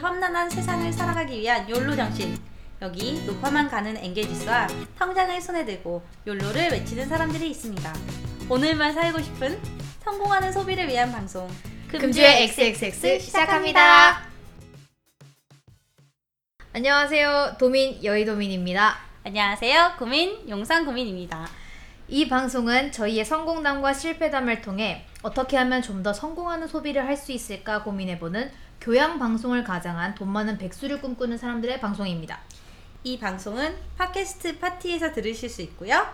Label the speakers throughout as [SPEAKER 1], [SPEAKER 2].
[SPEAKER 1] 험난한 세상을 살아가기 위한 욜로 정신. 여기 노파만 가는 엔게지스와 통장을 손에 들고 욜로를 외치는 사람들이 있습니다. 오늘만 살고 싶은 성공하는 소비를 위한 방송
[SPEAKER 2] 금주의 XXX 시작합니다. 안녕하세요. 도민 여의도민입니다.
[SPEAKER 1] 안녕하세요. 고민 용산 고민입니다.
[SPEAKER 2] 이 방송은 저희의 성공담과 실패담을 통해 어떻게 하면 좀 더 성공하는 소비를 할 수 있을까 고민해보는 교양 방송을 가장한 돈 많은 백수를 꿈꾸는 사람들의 방송입니다.
[SPEAKER 1] 이 방송은 팟캐스트 파티에서 들으실 수 있고요.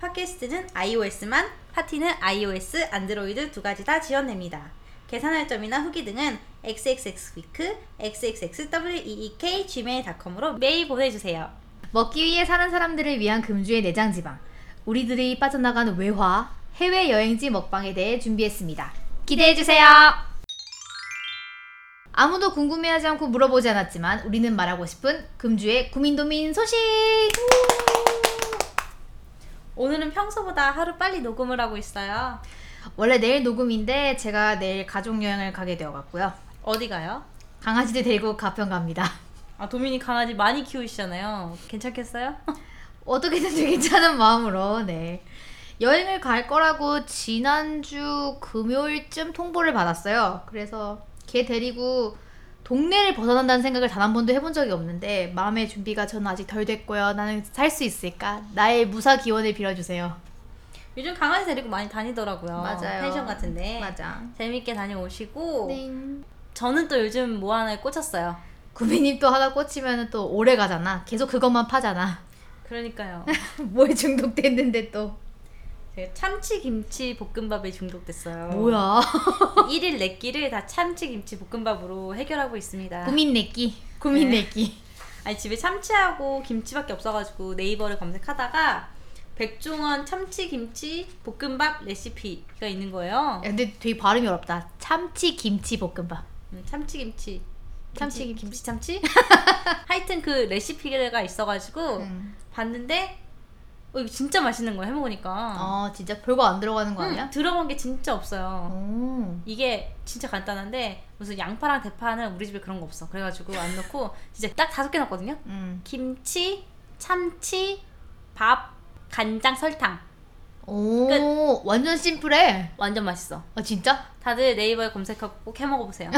[SPEAKER 1] 팟캐스트는 iOS만, 파티는 iOS, 안드로이드 두 가지 다 지원됩니다. 계산할 점이나 후기 등은 xxxweek, xxxweek, gmail.com으로 메일 보내주세요.
[SPEAKER 2] 먹기 위해 사는 사람들을 위한 금주의 내장지방, 우리들이 빠져나간 외화, 해외 여행지 먹방에 대해 준비했습니다. 기대해 주세요. 아무도 궁금해하지 않고 물어보지 않았지만 우리는 말하고 싶은 금주의 구민도민 소식.
[SPEAKER 1] 오늘은 평소보다 하루 빨리 녹음을 하고 있어요.
[SPEAKER 2] 원래 내일 녹음인데 제가 내일 가족 여행을 가게 되어갔고요.
[SPEAKER 1] 어디 가요?
[SPEAKER 2] 강아지들 데리고 가평 갑니다.
[SPEAKER 1] 아, 도민이 강아지 많이 키우시잖아요. 괜찮겠어요?
[SPEAKER 2] 어떻게든 되게 괜찮은 마음으로 네 여행을 갈 거라고 지난주 금요일쯤 통보를 받았어요. 그래서 걔 데리고 동네를 벗어난다는 생각을 단 한 번도 해본 적이 없는데 마음의 준비가 저는 아직 덜 됐고요. 나는 살 수 있을까? 나의 무사 기원을 빌어주세요.
[SPEAKER 1] 요즘 강아지 데리고 많이 다니더라고요. 네.
[SPEAKER 2] 맞아요.
[SPEAKER 1] 어, 펜션 같은데.
[SPEAKER 2] 맞아.
[SPEAKER 1] 재밌게 다녀오시고.
[SPEAKER 2] 땡.
[SPEAKER 1] 저는 또 요즘 뭐 하나에 꽂혔어요.
[SPEAKER 2] 구미님 또 하나 꽂히면 또 오래 가잖아. 계속 그것만 파잖아.
[SPEAKER 1] 그러니까요.
[SPEAKER 2] 뭐에 중독됐는데 또
[SPEAKER 1] 제가 참치 김치 볶음밥에 중독됐어요.
[SPEAKER 2] 뭐야?
[SPEAKER 1] 1일 내 끼를 다 참치 김치 볶음밥으로 해결하고 있습니다.
[SPEAKER 2] 아. 구민 내기, 구민
[SPEAKER 1] 네.
[SPEAKER 2] 내기.
[SPEAKER 1] 아니 집에 참치하고 김치밖에 없어가지고 네이버를 검색하다가 백종원 참치 김치 볶음밥 레시피가 있는 거예요.
[SPEAKER 2] 야, 근데 되게 발음이 어렵다. 참치 김치 볶음밥.
[SPEAKER 1] 음, 참치 김치
[SPEAKER 2] 참치 김치.
[SPEAKER 1] 김치 참치 하여튼 그 레시피가 있어가지고
[SPEAKER 2] 음.
[SPEAKER 1] 봤는데 어, 이거 진짜 맛있는 거야 해먹으니까
[SPEAKER 2] 아 진짜 별거 안 들어가는 거
[SPEAKER 1] 음,
[SPEAKER 2] 아니야?
[SPEAKER 1] 들어간 게 진짜 없어요.
[SPEAKER 2] 오.
[SPEAKER 1] 이게 진짜 간단한데 무슨 양파랑 대파는 우리 집에 그런 거 없어. 그래가지고 안 넣고 진짜 딱 다섯 개 넣었거든요.
[SPEAKER 2] 음.
[SPEAKER 1] 김치, 참치, 밥, 간장, 설탕.
[SPEAKER 2] 오 완전 심플해.
[SPEAKER 1] 완전 맛있어.
[SPEAKER 2] 아 진짜?
[SPEAKER 1] 다들 네이버에 검색하고 꼭 해먹어 보세요.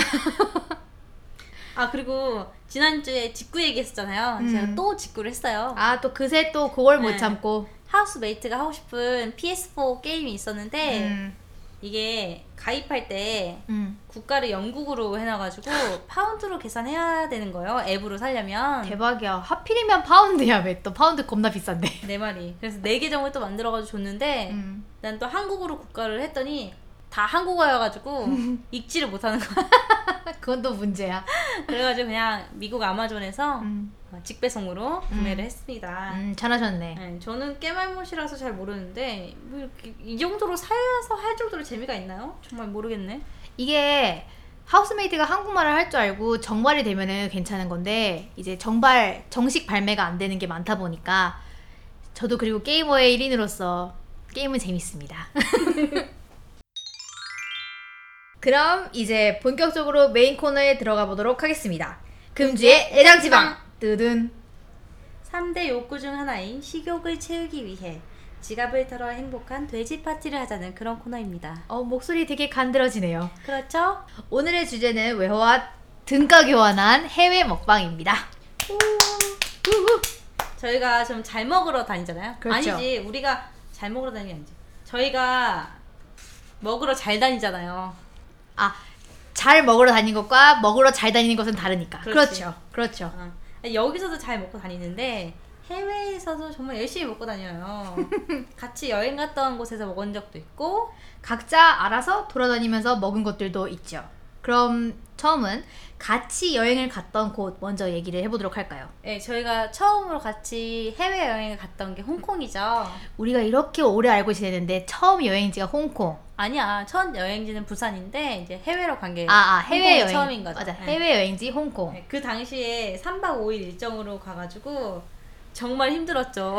[SPEAKER 1] 아 그리고 지난주에 직구 얘기했었잖아요.
[SPEAKER 2] 음.
[SPEAKER 1] 제가 또 직구를 했어요.
[SPEAKER 2] 아 또 그새 또 그걸
[SPEAKER 1] 네.
[SPEAKER 2] 못 참고.
[SPEAKER 1] 하우스메이트가 하고 싶은 PS4 게임이 있었는데
[SPEAKER 2] 음.
[SPEAKER 1] 이게 가입할 때
[SPEAKER 2] 음.
[SPEAKER 1] 국가를 영국으로 해놔가지고 파운드로 계산해야 되는 거예요. 앱으로 살려면.
[SPEAKER 2] 대박이야. 하필이면 파운드야 왜 또 파운드 겁나 비싼데.
[SPEAKER 1] 네 마리. 그래서 네 계정을 또 만들어가지고 줬는데
[SPEAKER 2] 음.
[SPEAKER 1] 난 또 한국어로 국가를 했더니 다 한국어여가지고
[SPEAKER 2] 음.
[SPEAKER 1] 읽지를 못하는 거야.
[SPEAKER 2] 그건 또 문제야.
[SPEAKER 1] 그래가지고 그냥 미국 아마존에서
[SPEAKER 2] 음.
[SPEAKER 1] 직배송으로 구매를 했습니다.
[SPEAKER 2] 음 잘하셨네.
[SPEAKER 1] 네, 저는 깨말못이라서 잘 모르는데 뭐 이렇게 이 정도로 사서 할 정도로 재미가 있나요? 정말 모르겠네.
[SPEAKER 2] 이게 하우스메이트가 한국말을 할 줄 알고 정발이 되면은 괜찮은 건데 이제 정발 정식 발매가 안 되는 게 많다 보니까 저도 그리고 게이머의 1인으로서 게임은 재밌습니다. 그럼 이제 본격적으로 메인 코너에 들어가 보도록 하겠습니다. 금주의 애장지방 뜨든
[SPEAKER 1] 3대 욕구 중 하나인 식욕을 채우기 위해 지갑을 털어 행복한 돼지 파티를 하자는 그런 코너입니다.
[SPEAKER 2] 어 목소리 되게 간드러지네요.
[SPEAKER 1] 그렇죠?
[SPEAKER 2] 오늘의 주제는 외화와 등가 교환한 해외 먹방입니다. 우후.
[SPEAKER 1] 저희가 좀 잘 먹으러 다니잖아요.
[SPEAKER 2] 그렇죠.
[SPEAKER 1] 아니지 우리가 잘 먹으러 다니는 게 아니지. 저희가 먹으러 잘 다니잖아요.
[SPEAKER 2] 아, 잘 먹으러 다니는 것과 먹으러 잘 다니는 것은 다르니까.
[SPEAKER 1] 그렇지.
[SPEAKER 2] 그렇죠. 그렇죠.
[SPEAKER 1] 아, 여기서도 잘 먹고 다니는데 해외에서도 정말 열심히 먹고 다녀요. 같이 여행 갔다 온 곳에서 먹은 적도 있고
[SPEAKER 2] 각자 알아서 돌아다니면서 먹은 것들도 있죠. 그럼 처음은 같이 여행을 갔던 곳 먼저 얘기를 해보도록 할까요?
[SPEAKER 1] 예, 저희가 처음으로 같이 해외 여행을 갔다 온 게 홍콩이죠.
[SPEAKER 2] 우리가 이렇게 오래 알고 지내는데 처음 여행지가 홍콩.
[SPEAKER 1] 아니야, 첫 여행지는 부산인데 이제 해외로 간게
[SPEAKER 2] 아, 아 해외 여행.
[SPEAKER 1] 네. 홍콩이 처음인 거죠.
[SPEAKER 2] 맞아.
[SPEAKER 1] 예.
[SPEAKER 2] 해외 여행지 홍콩.
[SPEAKER 1] 예, 그 당시에 3박 5일 일정으로 가가지고 정말 힘들었죠.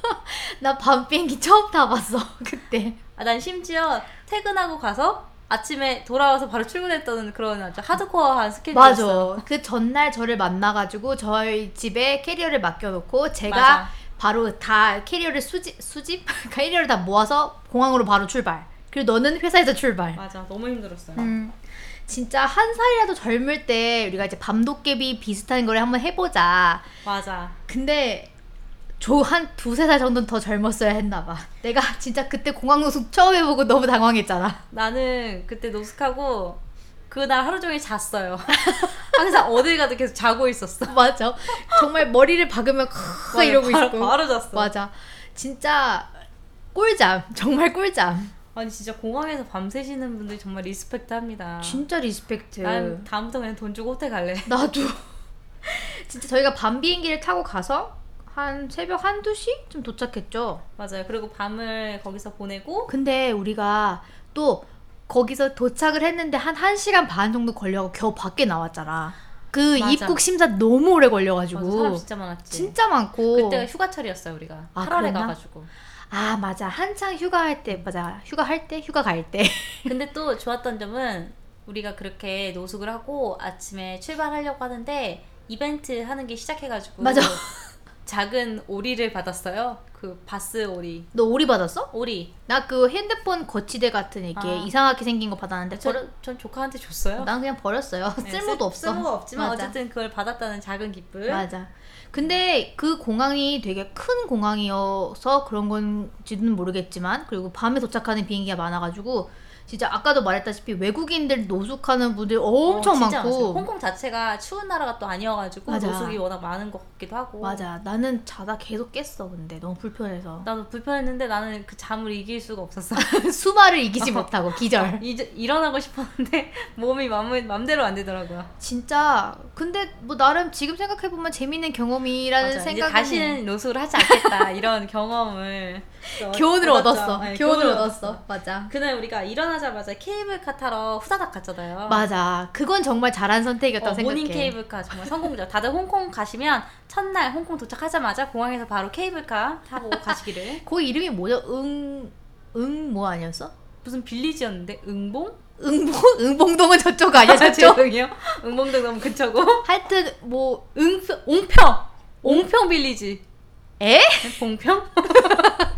[SPEAKER 2] 나 밤 비행기 처음 타봤어 그때.
[SPEAKER 1] 아, 난 심지어 퇴근하고 가서 아침에 돌아와서 바로 출근했던 그런 아주 하드코어한 스케줄이었어요.
[SPEAKER 2] 맞아. 그 전날 저를 만나가지고 저희 집에 캐리어를 맡겨놓고 제가
[SPEAKER 1] 맞아.
[SPEAKER 2] 바로 다 캐리어를 수집 수집 캐리어를 다 모아서 공항으로 바로 출발. 그리고 너는 회사에서 출발.
[SPEAKER 1] 맞아. 너무 힘들었어요.
[SPEAKER 2] 음, 진짜 한 살이라도 젊을 때 우리가 이제 밤도깨비 비슷한 거를 한번 해보자.
[SPEAKER 1] 맞아.
[SPEAKER 2] 근데 저 한 두세 살 정도는 더 젊었어야 했나 봐. 내가 진짜 그때 공항노숙 처음 해보고 너무 당황했잖아.
[SPEAKER 1] 나는 그때 노숙하고 그날 하루 종일 잤어요. 항상 어딜 가도 계속 자고 있었어.
[SPEAKER 2] 맞아. 정말 머리를 박으면 크그 이러고
[SPEAKER 1] 바로,
[SPEAKER 2] 있고.
[SPEAKER 1] 바로 잤어.
[SPEAKER 2] 맞아. 진짜 꿀잠. 정말 꿀잠.
[SPEAKER 1] 아니 진짜 공항에서 밤새시는 분들 정말 리스펙트합니다.
[SPEAKER 2] 진짜 리스펙트.
[SPEAKER 1] 아. 난 다음부터 그냥 돈 주고 호텔 갈래.
[SPEAKER 2] 나도. 진짜 저희가 밤 비행기를 타고 가서 한 새벽 한두 시쯤 도착했죠.
[SPEAKER 1] 맞아요. 그리고 밤을 거기서 보내고
[SPEAKER 2] 근데 우리가 또 거기서 도착을 했는데 한 1시간 반 정도 걸려서 겨우 밖에 나왔잖아. 그
[SPEAKER 1] 맞아.
[SPEAKER 2] 입국 심사 너무 오래
[SPEAKER 1] 맞아, 사람
[SPEAKER 2] 걸려가지고
[SPEAKER 1] 진짜 많았지.
[SPEAKER 2] 진짜 많고
[SPEAKER 1] 그때가 휴가철이었어요 우리가.
[SPEAKER 2] 아,
[SPEAKER 1] 8월에
[SPEAKER 2] 그랬나?
[SPEAKER 1] 가가지고.
[SPEAKER 2] 아 맞아 한창 휴가할 때 맞아 휴가할 때 휴가 갈 때
[SPEAKER 1] 근데 또 좋았던 점은 우리가 그렇게 노숙을 하고 아침에 출발하려고 하는데 이벤트 하는 게 시작해가지고
[SPEAKER 2] 맞아.
[SPEAKER 1] 작은 오리를 받았어요. 그 바스 오리.
[SPEAKER 2] 너 오리 받았어?
[SPEAKER 1] 오리.
[SPEAKER 2] 나 그 핸드폰 거치대 같은 이게
[SPEAKER 1] 아.
[SPEAKER 2] 이상하게 생긴 거 받았는데 버려,
[SPEAKER 1] 전, 전 조카한테 줬어요.
[SPEAKER 2] 난 그냥 버렸어요
[SPEAKER 1] 네,
[SPEAKER 2] 쓸모도
[SPEAKER 1] 쓸-
[SPEAKER 2] 없어
[SPEAKER 1] 쓸모가 없지만
[SPEAKER 2] 맞아.
[SPEAKER 1] 어쨌든 네? 그걸 받았다는 작은 기쁨.
[SPEAKER 2] 맞아. 근데 그 공항이 되게 큰 공항이어서 그런 건지는 모르겠지만 그리고 밤에 도착하는 비행기가 많아가지고 진짜 아까도 말했다시피 외국인들 노숙하는 분들 엄청
[SPEAKER 1] 어, 진짜 많았어요.
[SPEAKER 2] 많고
[SPEAKER 1] 홍콩 자체가 추운 나라가 또 아니어가지고
[SPEAKER 2] 맞아.
[SPEAKER 1] 노숙이 워낙 많은 것 같기도 하고.
[SPEAKER 2] 맞아. 나는 자다 계속 깼어 근데 너무 불편해서
[SPEAKER 1] 나도 불편했는데 나는 그 잠을 이길 수가 없었어.
[SPEAKER 2] 수마를 이기지 못하고 기절.
[SPEAKER 1] 이제 일어나고 싶었는데 몸이 맘, 맘대로 안 되더라고요.
[SPEAKER 2] 진짜 근데 뭐 나름 지금 생각해 보면 재밌는 경험이라는
[SPEAKER 1] 맞아. 이제
[SPEAKER 2] 생각이
[SPEAKER 1] 다시는 노숙을 하지 않겠다 이런 경험을 또
[SPEAKER 2] 교훈을
[SPEAKER 1] 얻었죠.
[SPEAKER 2] 얻었어.
[SPEAKER 1] 네,
[SPEAKER 2] 교훈을 얻었어. 맞아.
[SPEAKER 1] 그날 우리가 일어나자마자 케이블카 타러 후다닥 갔잖아요.
[SPEAKER 2] 맞아. 그건 정말 잘한 선택이었다고
[SPEAKER 1] 어,
[SPEAKER 2] 생각해.
[SPEAKER 1] 모닝 케이블카 정말 성공적. 다들 홍콩 가시면 첫날 홍콩 도착하자마자 공항에서 바로 케이블카 타고 가시기를.
[SPEAKER 2] 그 이름이 뭐죠? 응, 응 뭐 아니었어?
[SPEAKER 1] 무슨 빌리지였는데 응봉?
[SPEAKER 2] 응봉? 응봉동은 저쪽 아니야, 저쪽?
[SPEAKER 1] 응이요? 응봉도 너무 근처고.
[SPEAKER 2] 하여튼, 뭐,
[SPEAKER 1] 응 옹평. 옹평 빌리지.
[SPEAKER 2] 에?
[SPEAKER 1] 봉평?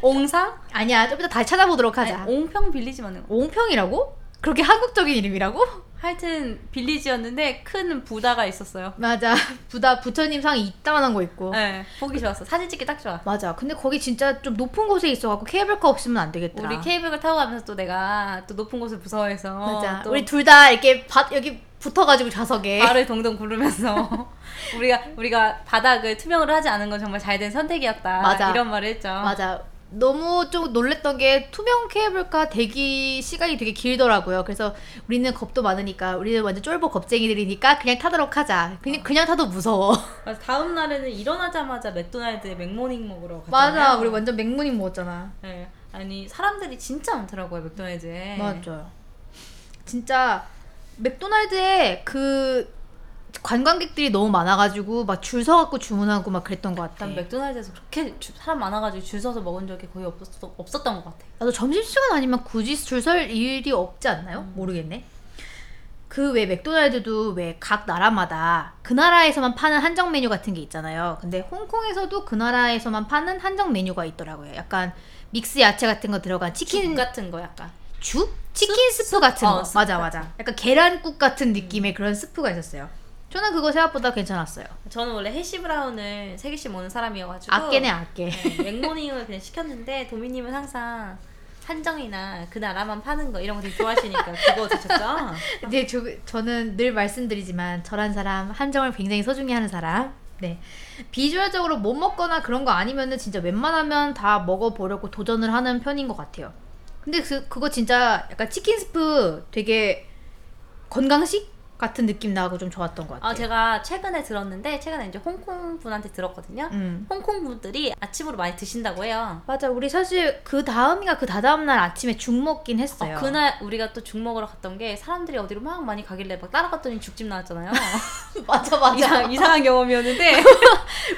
[SPEAKER 1] 옹상?
[SPEAKER 2] 아니야, 좀 이따 다시 찾아보도록
[SPEAKER 1] 아니,
[SPEAKER 2] 하자.
[SPEAKER 1] 네, 옹평 빌리지 맞는 거.
[SPEAKER 2] 옹평이라고? 그렇게 한국적인 이름이라고?
[SPEAKER 1] 하여튼 빌리지였는데 큰 부다가 있었어요.
[SPEAKER 2] 맞아. 부다, 부처님상 이따만한 거 있고.
[SPEAKER 1] 네, 보기 좋았어. 사진 찍기 딱 좋아.
[SPEAKER 2] 맞아. 근데 거기 진짜 좀 높은 곳에 있어갖고 케이블카 없으면 안 되겠더라.
[SPEAKER 1] 우리 케이블카 타고 가면서 또 내가 또 높은 곳을 무서워해서
[SPEAKER 2] 맞아.
[SPEAKER 1] 어, 또
[SPEAKER 2] 우리 둘 다 이렇게 밭, 여기 붙어가지고 좌석에.
[SPEAKER 1] 발을 동동 구르면서 우리가 우리가 바닥을 투명을 하지 않은 건 정말 잘 된 선택이었다.
[SPEAKER 2] 맞아.
[SPEAKER 1] 이런 말을 했죠.
[SPEAKER 2] 맞아. 너무 좀 놀랬던 게 투명 케이블카 대기 시간이 되게 길더라고요. 그래서 우리는 겁도 많으니까 우리는 완전 쫄보 겁쟁이들이니까 그냥 타도록 하자. 그냥 그냥 타도 무서워.
[SPEAKER 1] 그래서 다음 날에는 일어나자마자 맥도날드에 맥모닝 먹으러 갔잖아요.
[SPEAKER 2] 맞아. 우리 뭐 완전 맥무늬 먹었잖아.
[SPEAKER 1] 네. 아니 사람들이 진짜 많더라고요 맥도날드에.
[SPEAKER 2] 맞아요. 진짜 맥도날드에 그 관광객들이 너무 많아가지고 막 줄 서갖고 주문하고 막 그랬던 것 같아.
[SPEAKER 1] 난 맥도날드에서 그렇게 주- 사람 많아가지고 줄 서서 먹은 적이 거의 없었, 없었던 것 같아.
[SPEAKER 2] 나도 점심시간 아니면 굳이 줄 설 일이 없지 않나요?
[SPEAKER 1] 음.
[SPEAKER 2] 모르겠네. 그 왜 맥도날드도 왜 각 나라마다 그 나라에서만 파는 한정 메뉴 같은 게 있잖아요. 근데 홍콩에서도 그 나라에서만 파는 한정 메뉴가 있더라고요. 약간 믹스 야채 같은 거 들어간
[SPEAKER 1] 치킨
[SPEAKER 2] 치킨
[SPEAKER 1] 같은 거 약간.
[SPEAKER 2] 죽? 치킨 스프, 같은
[SPEAKER 1] 어,
[SPEAKER 2] 거.
[SPEAKER 1] 스프
[SPEAKER 2] 맞아
[SPEAKER 1] 같은 음.
[SPEAKER 2] 맞아. 약간 계란국 같은 느낌의 그런 스프가 있었어요. 저는 그거 생각보다 괜찮았어요.
[SPEAKER 1] 저는 원래 해시 브라운을 세 개씩 먹는 사람이어가지고
[SPEAKER 2] 아깨네 아깨.
[SPEAKER 1] 네, 맥모닝을 그냥 시켰는데 도미님은 항상 한정이나 그 나라만 파는 거 이런 거 되게 좋아하시니까 그거 드셨죠?
[SPEAKER 2] 네, 저, 저는 늘 말씀드리지만 저란 사람 한정을 굉장히 소중히 하는 사람. 네, 비주얼적으로 못 먹거나 그런 거 아니면은 진짜 웬만하면 다 먹어보려고 도전을 하는 편인 것 같아요. 근데 그 그거 진짜 약간 치킨 스프 되게 건강식 같은 느낌 나고 좀 좋았던 것 같아요.
[SPEAKER 1] 아 제가 최근에 들었는데 최근에 이제 홍콩 분한테 들었거든요.
[SPEAKER 2] 음.
[SPEAKER 1] 홍콩 분들이 아침으로 많이 드신다고 해요.
[SPEAKER 2] 맞아, 우리 사실 그 다음이가 그 다다음 날 아침에 죽 먹긴
[SPEAKER 1] 어,
[SPEAKER 2] 했어요.
[SPEAKER 1] 그날 우리가 또 죽 먹으러 갔던 게 사람들이 어디로 막 많이 가길래 막 따라갔더니 죽집 나왔잖아요.
[SPEAKER 2] 맞아, 맞아.
[SPEAKER 1] 이상, 이상한 경험이었는데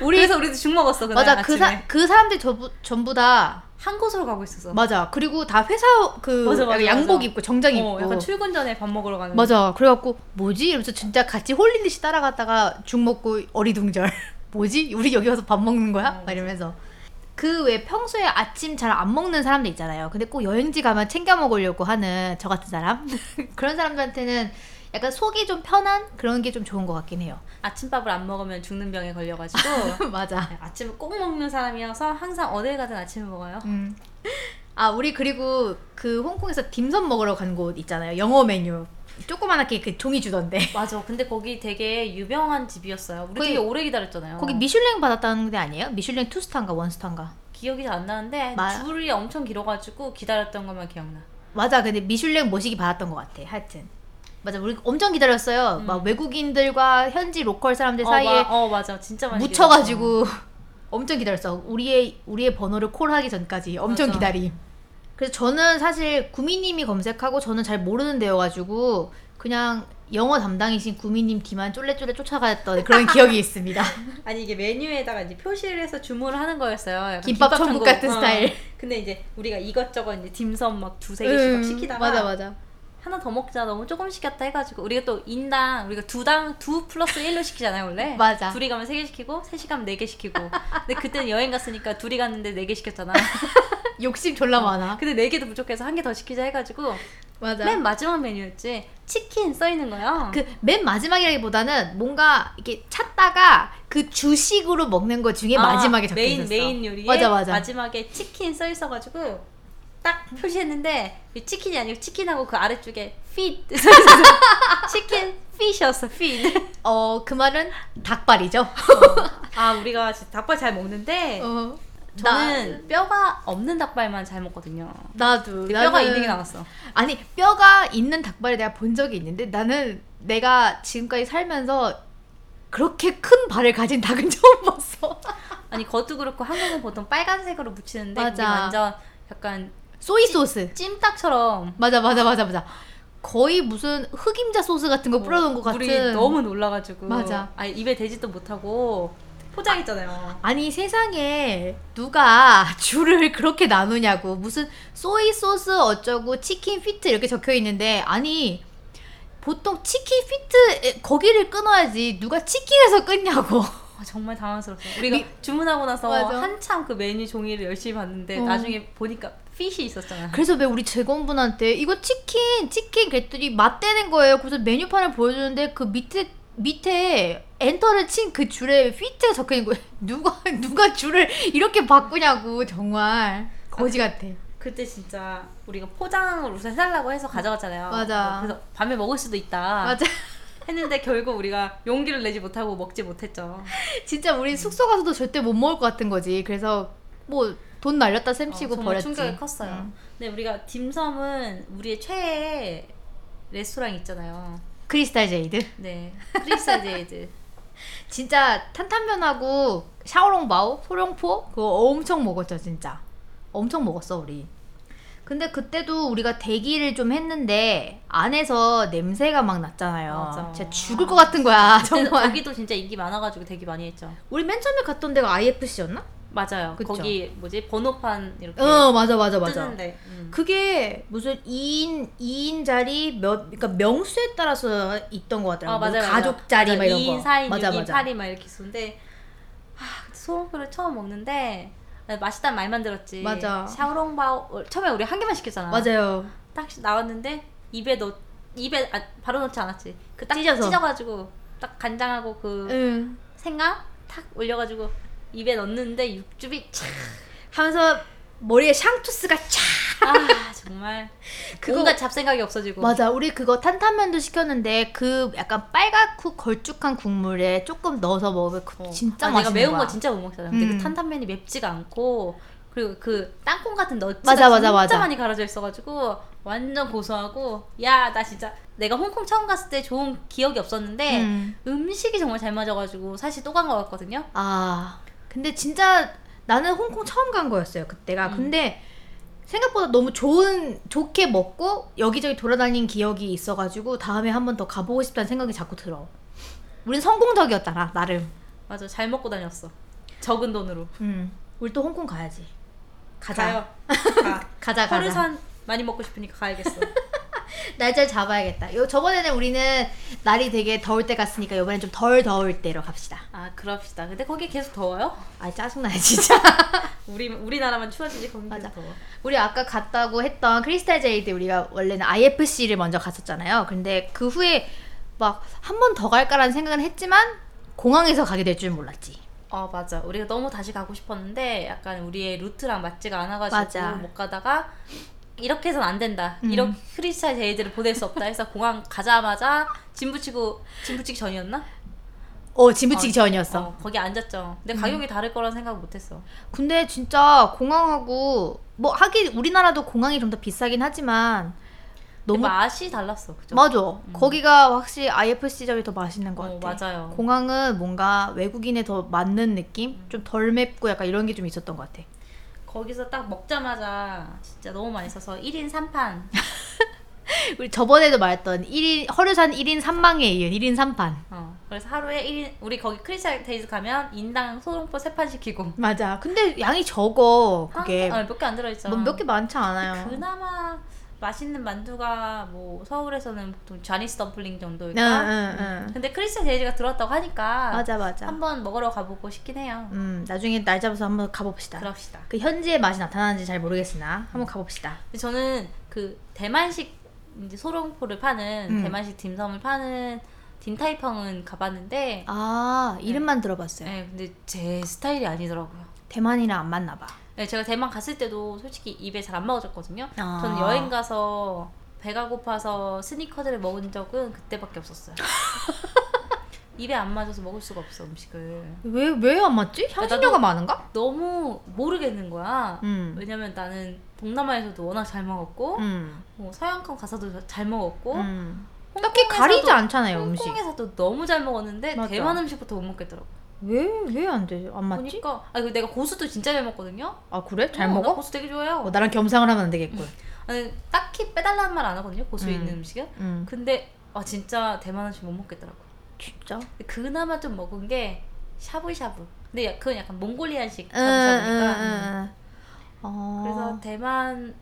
[SPEAKER 2] 우리
[SPEAKER 1] 그래서 우리도 죽 먹었어 그날
[SPEAKER 2] 맞아
[SPEAKER 1] 아침에.
[SPEAKER 2] 그 사 그 사람들 전부 전부 다
[SPEAKER 1] 한 곳으로 가고 있었어.
[SPEAKER 2] 맞아. 그리고 다 회사 그
[SPEAKER 1] 맞아, 맞아,
[SPEAKER 2] 약간 양복
[SPEAKER 1] 맞아.
[SPEAKER 2] 입고 정장 입고
[SPEAKER 1] 어, 약간 음. 출근 전에 밥 먹으러 가는.
[SPEAKER 2] 맞아. 그래갖고 뭐지? 이러면서 진짜 같이 홀린 듯이 따라갔다가 죽 먹고 어리둥절. 뭐지? 우리 여기 와서 밥 먹는 거야?
[SPEAKER 1] 어,
[SPEAKER 2] 막 이러면서. 그 왜 평소에 아침 잘 안 먹는 사람들 있잖아요. 근데 꼭 여행지 가면 챙겨 먹으려고 하는 저 같은 사람 그런 사람들한테는 약간 속이 좀 편한 그런 게 좀 좋은 것 같긴 해요.
[SPEAKER 1] 아침밥을 안 먹으면 죽는 병에 걸려가지고 네,
[SPEAKER 2] 맞아.
[SPEAKER 1] 아침을 꼭 먹는 사람이어서 항상 어딜 가든 아침을 먹어요.
[SPEAKER 2] 음. 아 우리 그리고 그 홍콩에서 딤섬 먹으러 간 곳 있잖아요. 영어 메뉴 조그만하게 그 종이 주던데.
[SPEAKER 1] 맞아. 근데 거기 되게 유명한 집이었어요. 우리
[SPEAKER 2] 거기-
[SPEAKER 1] 되게 오래 기다렸잖아요.
[SPEAKER 2] 거기 미슐랭 받았다는 데 아니에요? 미슐랭 투스타인가 원스타인가?
[SPEAKER 1] 기억이 잘 안 나는데
[SPEAKER 2] 마-
[SPEAKER 1] 줄이 엄청 길어가지고 기다렸던 것만 기억나.
[SPEAKER 2] 맞아 근데 미슐랭 모시기 받았던 것 같아 하여튼 맞아 우리 엄청 기다렸어요
[SPEAKER 1] 음.
[SPEAKER 2] 막 외국인들과 현지 로컬 사람들
[SPEAKER 1] 어,
[SPEAKER 2] 사이에
[SPEAKER 1] 마- 어 맞아. 진짜 많이 기다렸어.
[SPEAKER 2] 묻혀가지고 엄청 기다렸어 우리의 우리의 번호를 콜하기 전까지 엄청
[SPEAKER 1] 맞아.
[SPEAKER 2] 기다림 그래서 저는 사실 구미님이 검색하고 저는 잘 모르는 데여가지고 그냥 영어 담당이신 구미님 뒤만 쫄래쫄래 쫓아갔던 그런 기억이 있습니다
[SPEAKER 1] 아니 이게 메뉴에다가 이제 표시를 해서 주문을 하는 거였어요. 약간 어.
[SPEAKER 2] 김밥 천국 같은 스타일.
[SPEAKER 1] 근데 이제 우리가 이것저것 이제 딤섬 막 두세 개씩 막
[SPEAKER 2] 음,
[SPEAKER 1] 시키다가
[SPEAKER 2] 맞아 맞아
[SPEAKER 1] 하나 더 먹자 너무 조금 시켰다 해가지고 우리가 또 인당 우리가 두당 두 플러스 일로 시키잖아요 원래
[SPEAKER 2] 맞아.
[SPEAKER 1] 둘이 가면 세 개 시키고 셋이 가면 네 개 시키고 근데 그때는 여행 갔으니까 둘이 갔는데 네 개 시켰잖아
[SPEAKER 2] 욕심 졸라 많아
[SPEAKER 1] 근데 네 개도 부족해서 한 개 더 시키자 해가지고
[SPEAKER 2] 맞아
[SPEAKER 1] 맨 마지막 메뉴였지 치킨 써 있는 거야
[SPEAKER 2] 그 맨 마지막이라기보다는 뭔가 이렇게 찾다가 그 주식으로 먹는 것 중에
[SPEAKER 1] 아,
[SPEAKER 2] 마지막에 적혀
[SPEAKER 1] 메인
[SPEAKER 2] 있었어.
[SPEAKER 1] 메인 요리에
[SPEAKER 2] 맞아 맞아.
[SPEAKER 1] 마지막에 치킨 써 있어가지고 딱 표시했는데 이 치킨이 아니고 치킨하고 그 아래쪽에 feed 써 있어서 치킨 fish였어 feed
[SPEAKER 2] 어그 말은 닭발이죠.
[SPEAKER 1] 아 우리가 진짜 닭발 잘 먹는데
[SPEAKER 2] 어.
[SPEAKER 1] 저는 뼈가 없는 닭발만 잘 먹거든요.
[SPEAKER 2] 나, 나도
[SPEAKER 1] 근데 뼈가
[SPEAKER 2] 나는-
[SPEAKER 1] 있는 게 나왔어.
[SPEAKER 2] 아니 뼈가 있는 닭발을 내가 본 적이 있는데 나는 내가 지금까지 살면서 그렇게 큰 발을 가진 닭은 처음 봤어.
[SPEAKER 1] 아니 그것도 그렇고 한국은 보통 빨간색으로 무치는데 그게
[SPEAKER 2] 맞아.
[SPEAKER 1] 완전 약간
[SPEAKER 2] 소이 소스.
[SPEAKER 1] 찜닭처럼
[SPEAKER 2] 맞아 맞아 맞아 맞아. 거의 무슨 흑임자 소스 같은 거 뿌려놓은 것 같은.
[SPEAKER 1] 물이 어, 너무 놀라가지고
[SPEAKER 2] 맞아.
[SPEAKER 1] 아니, 입에 대지도 못하고 포장했잖아요.
[SPEAKER 2] 아니 세상에 누가 줄을 그렇게 나누냐고 무슨 소이 소스 어쩌고 치킨 피트 이렇게 적혀 있는데 아니 보통 치킨 피트 거기를 끊어야지 누가 치킨에서 끊냐고
[SPEAKER 1] 아, 정말 당황스럽어. 우리가 주문하고 나서
[SPEAKER 2] 맞아.
[SPEAKER 1] 한참 그 메뉴 종이를 열심히 봤는데
[SPEAKER 2] 어.
[SPEAKER 1] 나중에 보니까 피쉬 있었잖아.
[SPEAKER 2] 그래서 왜 우리 직원분한테 이거 치킨 치킨 그랬더니 맞대는 거예요 그래서 메뉴판을 보여주는데 그 밑에 밑에 엔터를 친 그 줄에 피트가 적혀 있는 거예요 누가 누가 줄을 이렇게 바꾸냐고 정말 거지 같아
[SPEAKER 1] 그때 진짜 우리가 포장을 우선 해달라고 해서 가져갔잖아요. 어,
[SPEAKER 2] 맞아.
[SPEAKER 1] 그래서 밤에 먹을 수도 있다.
[SPEAKER 2] 맞아
[SPEAKER 1] 했는데 결국 우리가 용기를 내지 못하고 먹지 못했죠. 어,
[SPEAKER 2] 진짜 우리 숙소 가서도 절대 못 먹을 것 같은 거지. 그래서 뭐 돈 날렸다 셈 치고
[SPEAKER 1] 정말
[SPEAKER 2] 버렸지.
[SPEAKER 1] 충격이 컸어요.
[SPEAKER 2] 음.
[SPEAKER 1] 근데 우리가 딤섬은 우리의 최애 레스토랑 있잖아요.
[SPEAKER 2] 크리스탈 제이드.
[SPEAKER 1] 네, 크리스타제이드.
[SPEAKER 2] 진짜 탄탄면하고 샤오롱바오, 소룡포 그거 엄청 먹었죠, 진짜. 엄청 먹었어, 우리. 근데 그때도 우리가 대기를 좀 했는데 안에서 냄새가 막 났잖아요.
[SPEAKER 1] 맞아.
[SPEAKER 2] 진짜 죽을 것 같은 거야, 정말.
[SPEAKER 1] 거기도 진짜 인기 많아가지고 되게 많이 했죠.
[SPEAKER 2] 우리 맨 처음에 갔던 데가 IFC였나?
[SPEAKER 1] 맞아요.
[SPEAKER 2] 그쵸.
[SPEAKER 1] 거기 뭐지 번호판 이렇게
[SPEAKER 2] 어, 맞아, 맞아, 맞아.
[SPEAKER 1] 뜨는데. 음.
[SPEAKER 2] 그게 무슨 2인 2인 자리 몇 그러니까 명수에 따라서 있던 것 같더라고.
[SPEAKER 1] 아 맞아요. 맞아요.
[SPEAKER 2] 뭐 가족 자리
[SPEAKER 1] 맞아,
[SPEAKER 2] 막 이런
[SPEAKER 1] 2인,
[SPEAKER 2] 거.
[SPEAKER 1] 4인,
[SPEAKER 2] 맞아
[SPEAKER 1] 6인,
[SPEAKER 2] 맞아.
[SPEAKER 1] 8인 막 이렇게 있었는데 아, 소롱포를 처음 먹는데 아, 맛있다는 말만 들었지.
[SPEAKER 2] 맞아.
[SPEAKER 1] 샤오롱바오 어, 처음에 우리 한 개만 시켰잖아.
[SPEAKER 2] 맞아요.
[SPEAKER 1] 딱 나왔는데 입에 넣 입에 아, 바로 넣지 않았지. 그 딱
[SPEAKER 2] 찢어서.
[SPEAKER 1] 찢어가지고 딱 간장하고 그
[SPEAKER 2] 응.
[SPEAKER 1] 생강 탁 올려가지고 입에 넣는데 육즙이 촥.
[SPEAKER 2] 하면서 머리에 샹투스가 촥.
[SPEAKER 1] 아 정말
[SPEAKER 2] 그거-
[SPEAKER 1] 뭔가 잡생각이 없어지고.
[SPEAKER 2] 맞아. 우리 그거 탄탄면도 시켰는데 그 약간 빨갛고 걸쭉한 국물에 조금 넣어서 먹으면 그
[SPEAKER 1] 어.
[SPEAKER 2] 진짜
[SPEAKER 1] 아,
[SPEAKER 2] 맛있는
[SPEAKER 1] 내가 매운
[SPEAKER 2] 거야.
[SPEAKER 1] 거 진짜 못 먹잖아. 근데
[SPEAKER 2] 음.
[SPEAKER 1] 그 탄탄면이 맵지가 않고 그리고 그 땅콩 같은 너츠가
[SPEAKER 2] 맞아, 맞아,
[SPEAKER 1] 진짜
[SPEAKER 2] 맞아.
[SPEAKER 1] 많이 갈아져 있어가지고 완전 고소하고 야 나 진짜 내가 홍콩 처음 갔을 때 좋은 기억이 없었는데
[SPEAKER 2] 음.
[SPEAKER 1] 음식이 정말 잘 맞아가지고 사실 또 간 것 같거든요.
[SPEAKER 2] 아. 근데 진짜 나는 홍콩 처음 간 거였어요. 그때가.
[SPEAKER 1] 음.
[SPEAKER 2] 근데 생각보다 너무 좋은 좋게 먹고 여기저기 돌아다닌 기억이 있어가지고 다음에 한 번 더 가보고 싶다는 생각이 자꾸 들어. 우린 성공적이었잖아 나름.
[SPEAKER 1] 맞아 잘 먹고 다녔어. 적은 돈으로.
[SPEAKER 2] 음. 우리 또 홍콩 가야지. 가자.
[SPEAKER 1] 가요. 가.
[SPEAKER 2] 가자 가자.
[SPEAKER 1] 호르산 많이 먹고 싶으니까 가야겠어.
[SPEAKER 2] 날짜를 잡아야겠다. 요 저번에는 우리는 날이 되게 더울 때 갔으니까 이번엔 좀 덜 더울 때로 갑시다.
[SPEAKER 1] 아 그럽시다. 근데 거기 계속 더워요?
[SPEAKER 2] 아 짜증나 진짜.
[SPEAKER 1] 우리 우리나라만 추워지지 거기
[SPEAKER 2] 맞아.
[SPEAKER 1] 계속 더워.
[SPEAKER 2] 우리 아까 갔다고 했던 크리스탈 제이드 우리가 원래는 IFC를 먼저 갔었잖아요. 근데 그 후에 막 한 번 더 갈까라는 생각은 했지만 공항에서 가게 될 줄 몰랐지.
[SPEAKER 1] 어 맞아. 우리가 너무 다시 가고 싶었는데 약간 우리의 루트랑 맞지가 않아가지고
[SPEAKER 2] 맞아.
[SPEAKER 1] 못 가다가 이렇게 해선 안 된다.
[SPEAKER 2] 음.
[SPEAKER 1] 이렇게 크리스탈 제이들을 보낼 수 없다 해서 공항 가자마자 짐 붙이고 짐 붙이기 전이었나?
[SPEAKER 2] 어, 짐부치기
[SPEAKER 1] 어,
[SPEAKER 2] 전이었어. 음.
[SPEAKER 1] 어, 거기 앉았죠. 근데 가격이 다를 거란 생각 못했어.
[SPEAKER 2] 근데 진짜 공항하고 뭐 하긴 우리나라도 공항이 좀 더 비싸긴 하지만
[SPEAKER 1] 너무 그
[SPEAKER 2] 너무
[SPEAKER 1] 뭐
[SPEAKER 2] 뭐
[SPEAKER 1] 맛이 달랐어. 그죠?
[SPEAKER 2] 맞아. 거기가 확실히 IFC점이 더 맛있는 것
[SPEAKER 1] 음. 어,
[SPEAKER 2] 같아.
[SPEAKER 1] 맞아요.
[SPEAKER 2] 공항은 뭔가 외국인에 더 맞는 느낌?
[SPEAKER 1] 음.
[SPEAKER 2] 좀 덜 맵고 약간 이런 게 좀 있었던 것 같아.
[SPEAKER 1] 거기서 딱 먹자마자 진짜 너무 많이 써서 1인 3판
[SPEAKER 2] 우리 저번에도 말했던 1인, 허르산 1인 3망에 이은 1인 3판.
[SPEAKER 1] 어, 그래서 하루에 1인, 우리 거기 크리스탈 데이즈 가면 인당 소롱포 3판 시키고.
[SPEAKER 2] 맞아. 근데 양이 적어. 그게. 뭐
[SPEAKER 1] 한, 어, 몇개 안 들어있죠.
[SPEAKER 2] 몇 개 많지 않아요.
[SPEAKER 1] 그나마 맛있는 만두가 뭐 서울에서는 보통 자니스 덤플링 정도니까.
[SPEAKER 2] 응, 응, 응.
[SPEAKER 1] 근데 크리스탈 데이즈가 들어왔다고 하니까.
[SPEAKER 2] 맞아, 맞아.
[SPEAKER 1] 한번 먹으러 가보고 싶긴 해요.
[SPEAKER 2] 음, 나중에 날 잡아서 한번 가봅시다.
[SPEAKER 1] 그럽시다.
[SPEAKER 2] 그 현지의 맛이 나타나는지 잘 모르겠으나 한번 가봅시다.
[SPEAKER 1] 근데 저는 그 대만식 이제 소롱포를 파는
[SPEAKER 2] 음.
[SPEAKER 1] 대만식 딤섬을 파는 딘타이펑은 가봤는데.
[SPEAKER 2] 아, 이름만 들어봤어요.
[SPEAKER 1] 네, 근데 제 스타일이 아니더라고요.
[SPEAKER 2] 대만이랑 안 맞나 봐.
[SPEAKER 1] 네, 제가 대만 갔을 때도 솔직히 입에 잘 안 먹어졌거든요.
[SPEAKER 2] 아.
[SPEAKER 1] 저는 여행 가서 배가 고파서 스니커즈를 먹은 적은 그때밖에 없었어요. 입에 안 맞아서 먹을 수가 없어 음식을.
[SPEAKER 2] 왜 왜 안 맞지? 향신료가 많은가?
[SPEAKER 1] 너무 모르겠는 거야.
[SPEAKER 2] 음.
[SPEAKER 1] 왜냐면 나는 동남아에서도 워낙 잘 먹었고,
[SPEAKER 2] 음.
[SPEAKER 1] 뭐 서양권 가서도 잘 먹었고,
[SPEAKER 2] 음.
[SPEAKER 1] 홍콩에서도-
[SPEAKER 2] 딱히 가리지 않잖아요 음식.
[SPEAKER 1] 홍콩에서도 너무 잘 먹었는데
[SPEAKER 2] 맞아.
[SPEAKER 1] 대만 음식부터 못 먹겠더라고.
[SPEAKER 2] 왜 왜 안 돼? 안 맞지?
[SPEAKER 1] 보니까 아, 그리고 내가 고수도 진짜 잘 먹거든요.
[SPEAKER 2] 아 그래? 잘
[SPEAKER 1] 어, 나
[SPEAKER 2] 먹어?
[SPEAKER 1] 고수 되게 좋아해요.
[SPEAKER 2] 어, 나랑 겸상을 하면 안 되겠군.
[SPEAKER 1] 아니, 딱히 빼달라는 말 안 하거든요. 고수
[SPEAKER 2] 음.
[SPEAKER 1] 있는 음식은.
[SPEAKER 2] 음.
[SPEAKER 1] 근데 아 진짜 대만 음식 못 먹겠더라고.
[SPEAKER 2] 진짜?
[SPEAKER 1] 근데 그나마 좀 먹은 게 샤브샤브. 근데 야- 그건 약간 몽골리안식
[SPEAKER 2] 응, 응,
[SPEAKER 1] 샤브샤브니까.
[SPEAKER 2] 응, 응. 어.
[SPEAKER 1] 그래서 대만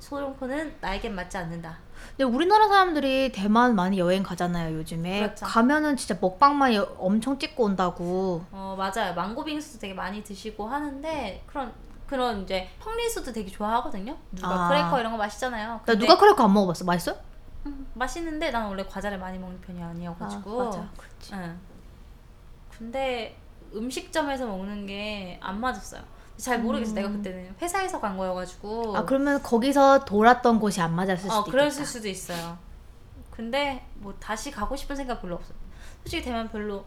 [SPEAKER 1] 소룡포는 나에겐 맞지 않는다.
[SPEAKER 2] 근데 우리나라 사람들이 대만 많이 여행 가잖아요 요즘에
[SPEAKER 1] 그렇죠.
[SPEAKER 2] 가면은 진짜 먹방만 여- 엄청 찍고 온다고
[SPEAKER 1] 어 맞아요. 망고 빙수도 되게 많이 드시고 하는데 그런 그런 이제 펑리수도 되게 좋아하거든요. 누가
[SPEAKER 2] 아.
[SPEAKER 1] 크래커 이런 거 맛있잖아요.
[SPEAKER 2] 나
[SPEAKER 1] 근데-
[SPEAKER 2] 누가 크래커 안 먹어봤어 맛있어?
[SPEAKER 1] 음, 맛있는데 난 원래 과자를 많이 먹는 편이 아니어가지고.
[SPEAKER 2] 아, 맞아 그렇지
[SPEAKER 1] 응. 근데 음식점에서 먹는 게 안 맞았어요. 잘 모르겠어.
[SPEAKER 2] 음.
[SPEAKER 1] 내가 그때는 회사에서 간 거여가지고.
[SPEAKER 2] 아 그러면 거기서 돌았던 곳이 안 맞았을 수도
[SPEAKER 1] 어, 그랬을
[SPEAKER 2] 있겠다
[SPEAKER 1] 수도 있어요. 근데 뭐 다시 가고 싶은 생각 별로 없어요. 솔직히 대만 별로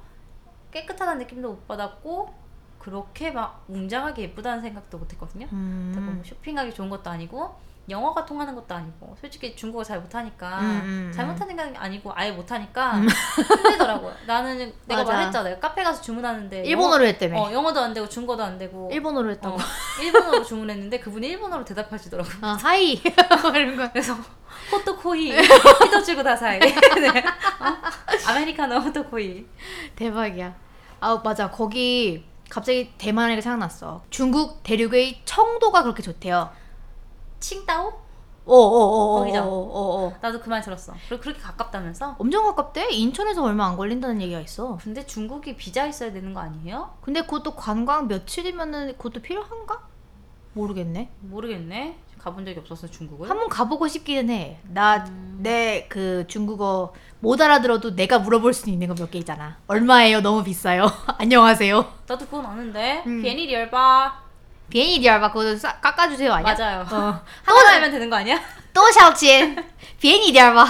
[SPEAKER 1] 깨끗하다는 느낌도 못 받았고 그렇게 막 웅장하게 예쁘다는 생각도 못 했거든요.
[SPEAKER 2] 음.
[SPEAKER 1] 그러니까 뭐 쇼핑하기 좋은 것도 아니고 영어가 통하는 것도 아니고 솔직히 중국어 잘 못하니까
[SPEAKER 2] 음, 음, 음.
[SPEAKER 1] 잘 못하는 게 아니고 아예 못하니까 힘들더라고요. 나는 내가
[SPEAKER 2] 맞아.
[SPEAKER 1] 말했잖아. 내가 카페 가서 주문하는데
[SPEAKER 2] 일본어로
[SPEAKER 1] 영어,
[SPEAKER 2] 했다며
[SPEAKER 1] 어, 영어도 안 되고 중국어도 안 되고
[SPEAKER 2] 일본어로 했다고
[SPEAKER 1] 어, 일본어로 주문했는데 그분이 일본어로 대답하시더라고. 요
[SPEAKER 2] 아, 하이 이런 거
[SPEAKER 1] 뭐 그래서 호토코이
[SPEAKER 2] 네.
[SPEAKER 1] 히도주고 다사이 네. 어? 아메리카노 호토코이
[SPEAKER 2] 대박이야 아 맞아 거기 갑자기 대만 얘기 생각났어 중국 대륙의 청도가 그렇게 좋대요
[SPEAKER 1] 칭따오?
[SPEAKER 2] 어어어어
[SPEAKER 1] 거기죠?
[SPEAKER 2] 어어어
[SPEAKER 1] 나도 그 말 들었어. 그리고 그렇게 가깝다면서?
[SPEAKER 2] 엄청 가깝대 인천에서 얼마 안 걸린다는 얘기가 있어
[SPEAKER 1] 근데 중국이 비자 있어야 되는 거 아니에요?
[SPEAKER 2] 근데 그것도 관광 며칠이면은 그것도 필요한가? 모르겠네.
[SPEAKER 1] 모르겠네. 가본 적이 없어서 중국을.
[SPEAKER 2] 한번 가보고 싶기는 해. 나 내 그 중국어 못 알아들어도 내가 물어볼 수 있는 거 몇 개 있잖아. 얼마예요? 너무 비싸요. 안녕하세요.
[SPEAKER 1] 나도 그건 아는데.
[SPEAKER 2] 음.
[SPEAKER 1] 괜히 열바.
[SPEAKER 2] 비엔이 디알바 그거 싸, 깎아주세요 아니야?
[SPEAKER 1] 맞아요.
[SPEAKER 2] 어.
[SPEAKER 1] 하나 알면 되는 거 아니야?
[SPEAKER 2] 또 샤오치엔 비엔이 디알바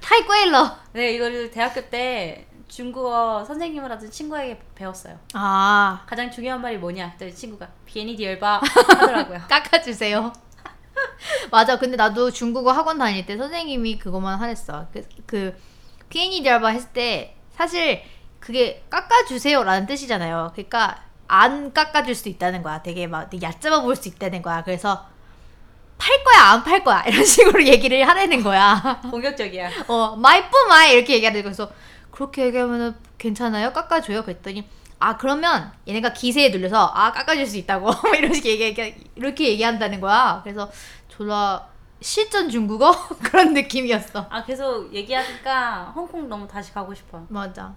[SPEAKER 2] 타이쿠엘러.
[SPEAKER 1] 네, 이거를 대학교 때 중국어 선생님을 하던 친구에게 배웠어요.
[SPEAKER 2] 아
[SPEAKER 1] 가장 중요한 말이 뭐냐? 그랬더니 친구가 비엔이 디열바 하더라고요.
[SPEAKER 2] 깎아주세요. 맞아. 근데 나도 중국어 학원 다닐 때 선생님이 그것만 하랬어. 그, 그 피엔이 디알바 했을 때 사실 그게 깎아주세요라는 뜻이잖아요. 그러니까 안 깎아줄 수도 있다는 거야. 되게 막 되게 얕잡아 보일 수 있다는 거야. 그래서 팔 거야, 안 팔 거야 이런 식으로 얘기를 하라는 거야.
[SPEAKER 1] 공격적이야.
[SPEAKER 2] 어, 마이 뿌 마이 이렇게 얘기하는 거서 그렇게 얘기하면은 괜찮아요? 깎아줘요? 그랬더니 아 그러면 얘네가 기세에 눌려서 아 깎아줄 수 있다고 이런 식으로 얘기, 얘기 이렇게 얘기한다는 거야. 그래서 졸라 실전 중국어 그런 느낌이었어.
[SPEAKER 1] 아 계속 얘기하니까 홍콩 너무 다시 가고 싶어.
[SPEAKER 2] 맞아,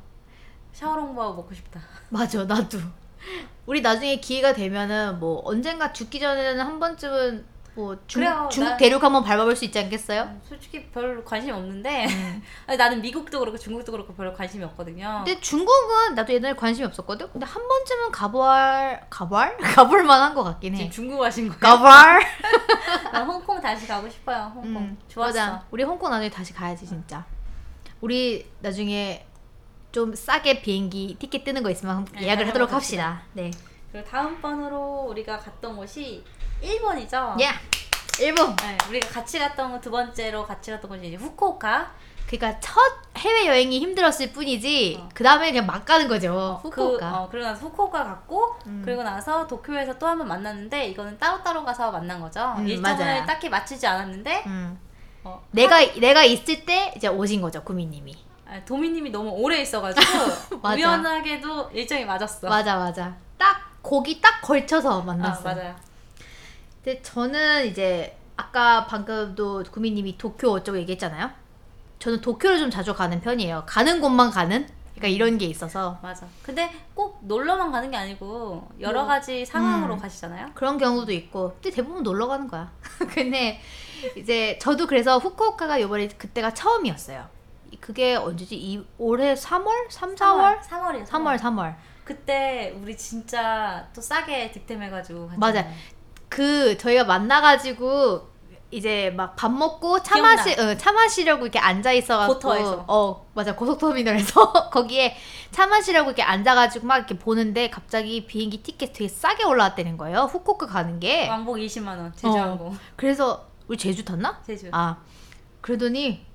[SPEAKER 1] 샤오롱바오 먹고 싶다.
[SPEAKER 2] 맞아 나도. 우리 나중에 기회가 되면은 뭐 언젠가 죽기 전에는 한 번쯤은 뭐 중,
[SPEAKER 1] 그래요,
[SPEAKER 2] 중국
[SPEAKER 1] 난-
[SPEAKER 2] 대륙 한번 밟아볼 수 있지 않겠어요?
[SPEAKER 1] 솔직히 별로 관심이 없는데 아니, 나는 미국도 그렇고 중국도 그렇고 별로 관심이 없거든요.
[SPEAKER 2] 음. 근데 중국은 나도 옛날에 관심이 없었거든. 근데 한 번쯤은 가볼 가볼 가볼 만한 것 같긴
[SPEAKER 1] 지금
[SPEAKER 2] 해.
[SPEAKER 1] 중국 하신 거예요?
[SPEAKER 2] 가볼.
[SPEAKER 1] 나 홍콩 다시 가고 싶어요. 홍콩
[SPEAKER 2] 음,
[SPEAKER 1] 좋았어.
[SPEAKER 2] 맞아. 우리 홍콩 나중에 다시 가야지 진짜. 우리 나중에 좀 싸게 비행기 티켓 뜨는 거 있으면 한번
[SPEAKER 1] 네,
[SPEAKER 2] 예약을 하도록
[SPEAKER 1] 합시다.
[SPEAKER 2] 합시다. 네.
[SPEAKER 1] 그리고 다음 번으로 우리가 갔던 곳이 일본이죠.
[SPEAKER 2] 예. 일본.
[SPEAKER 1] 네, 우리가 같이 갔던 곳 두 번째로 같이 갔던 곳이 이제 후쿠오카.
[SPEAKER 2] 그러니까 첫 해외 여행이 힘들었을 뿐이지
[SPEAKER 1] 어.
[SPEAKER 2] 그 다음에 그냥 막 가는 거죠.
[SPEAKER 1] 그,
[SPEAKER 2] 후쿠오카.
[SPEAKER 1] 어, 그리고 나서 후쿠오카 갔고
[SPEAKER 2] 음.
[SPEAKER 1] 그리고 나서 도쿄에서 또 한 번 만났는데 이거는 따로따로 가서 만난 거죠.
[SPEAKER 2] 음,
[SPEAKER 1] 일정을
[SPEAKER 2] 맞아요.
[SPEAKER 1] 딱히 맞추지 않았는데
[SPEAKER 2] 음.
[SPEAKER 1] 어,
[SPEAKER 2] 내가 내가 있을 때 이제 오신 거죠 구미님이.
[SPEAKER 1] 아, 도미님이 너무 오래 있어가지고
[SPEAKER 2] 맞아.
[SPEAKER 1] 우연하게도 일정이 맞았어.
[SPEAKER 2] 맞아 맞아. 딱 거기 딱 걸쳐서
[SPEAKER 1] 아,
[SPEAKER 2] 만났어요.
[SPEAKER 1] 맞아요.
[SPEAKER 2] 근데 저는 이제 아까 방금도 구미님이 도쿄 어쩌고 얘기했잖아요. 저는 도쿄를 좀 자주 가는 편이에요. 가는 곳만 가는? 그러니까 이런 게 있어서
[SPEAKER 1] 맞아. 근데 꼭 놀러만 가는 게 아니고 여러 가지 상황으로
[SPEAKER 2] 음.
[SPEAKER 1] 가시잖아요.
[SPEAKER 2] 그런 경우도 있고 근데 대부분 놀러 가는 거야. 근데 이제 저도 그래서 후쿠오카가 이번에 그때가 처음이었어요. 그게 언제지? 이 올해 3월? 3, 4월?
[SPEAKER 1] 3월이요.
[SPEAKER 2] 3월, 3월.
[SPEAKER 1] 그때 우리 진짜 또 싸게 득템해가지고
[SPEAKER 2] 맞아.
[SPEAKER 1] 갔잖아요.
[SPEAKER 2] 그 저희가 만나가지고 이제 막 밥 먹고 차
[SPEAKER 1] 기억나.
[SPEAKER 2] 마시 어, 차 마시려고 이렇게 앉아 있어가지고
[SPEAKER 1] 고터에서.
[SPEAKER 2] 어 맞아 고속터미널에서 거기에 차 마시려고 이렇게 앉아가지고 막 이렇게 보는데 갑자기 비행기 티켓 되게 싸게 올라왔다는 거예요 후쿠오카 가는 게
[SPEAKER 1] 네. 왕복 20만 원 제주항공
[SPEAKER 2] 그래서 우리 제주 탔나
[SPEAKER 1] 제주.
[SPEAKER 2] 어. 아 그러더니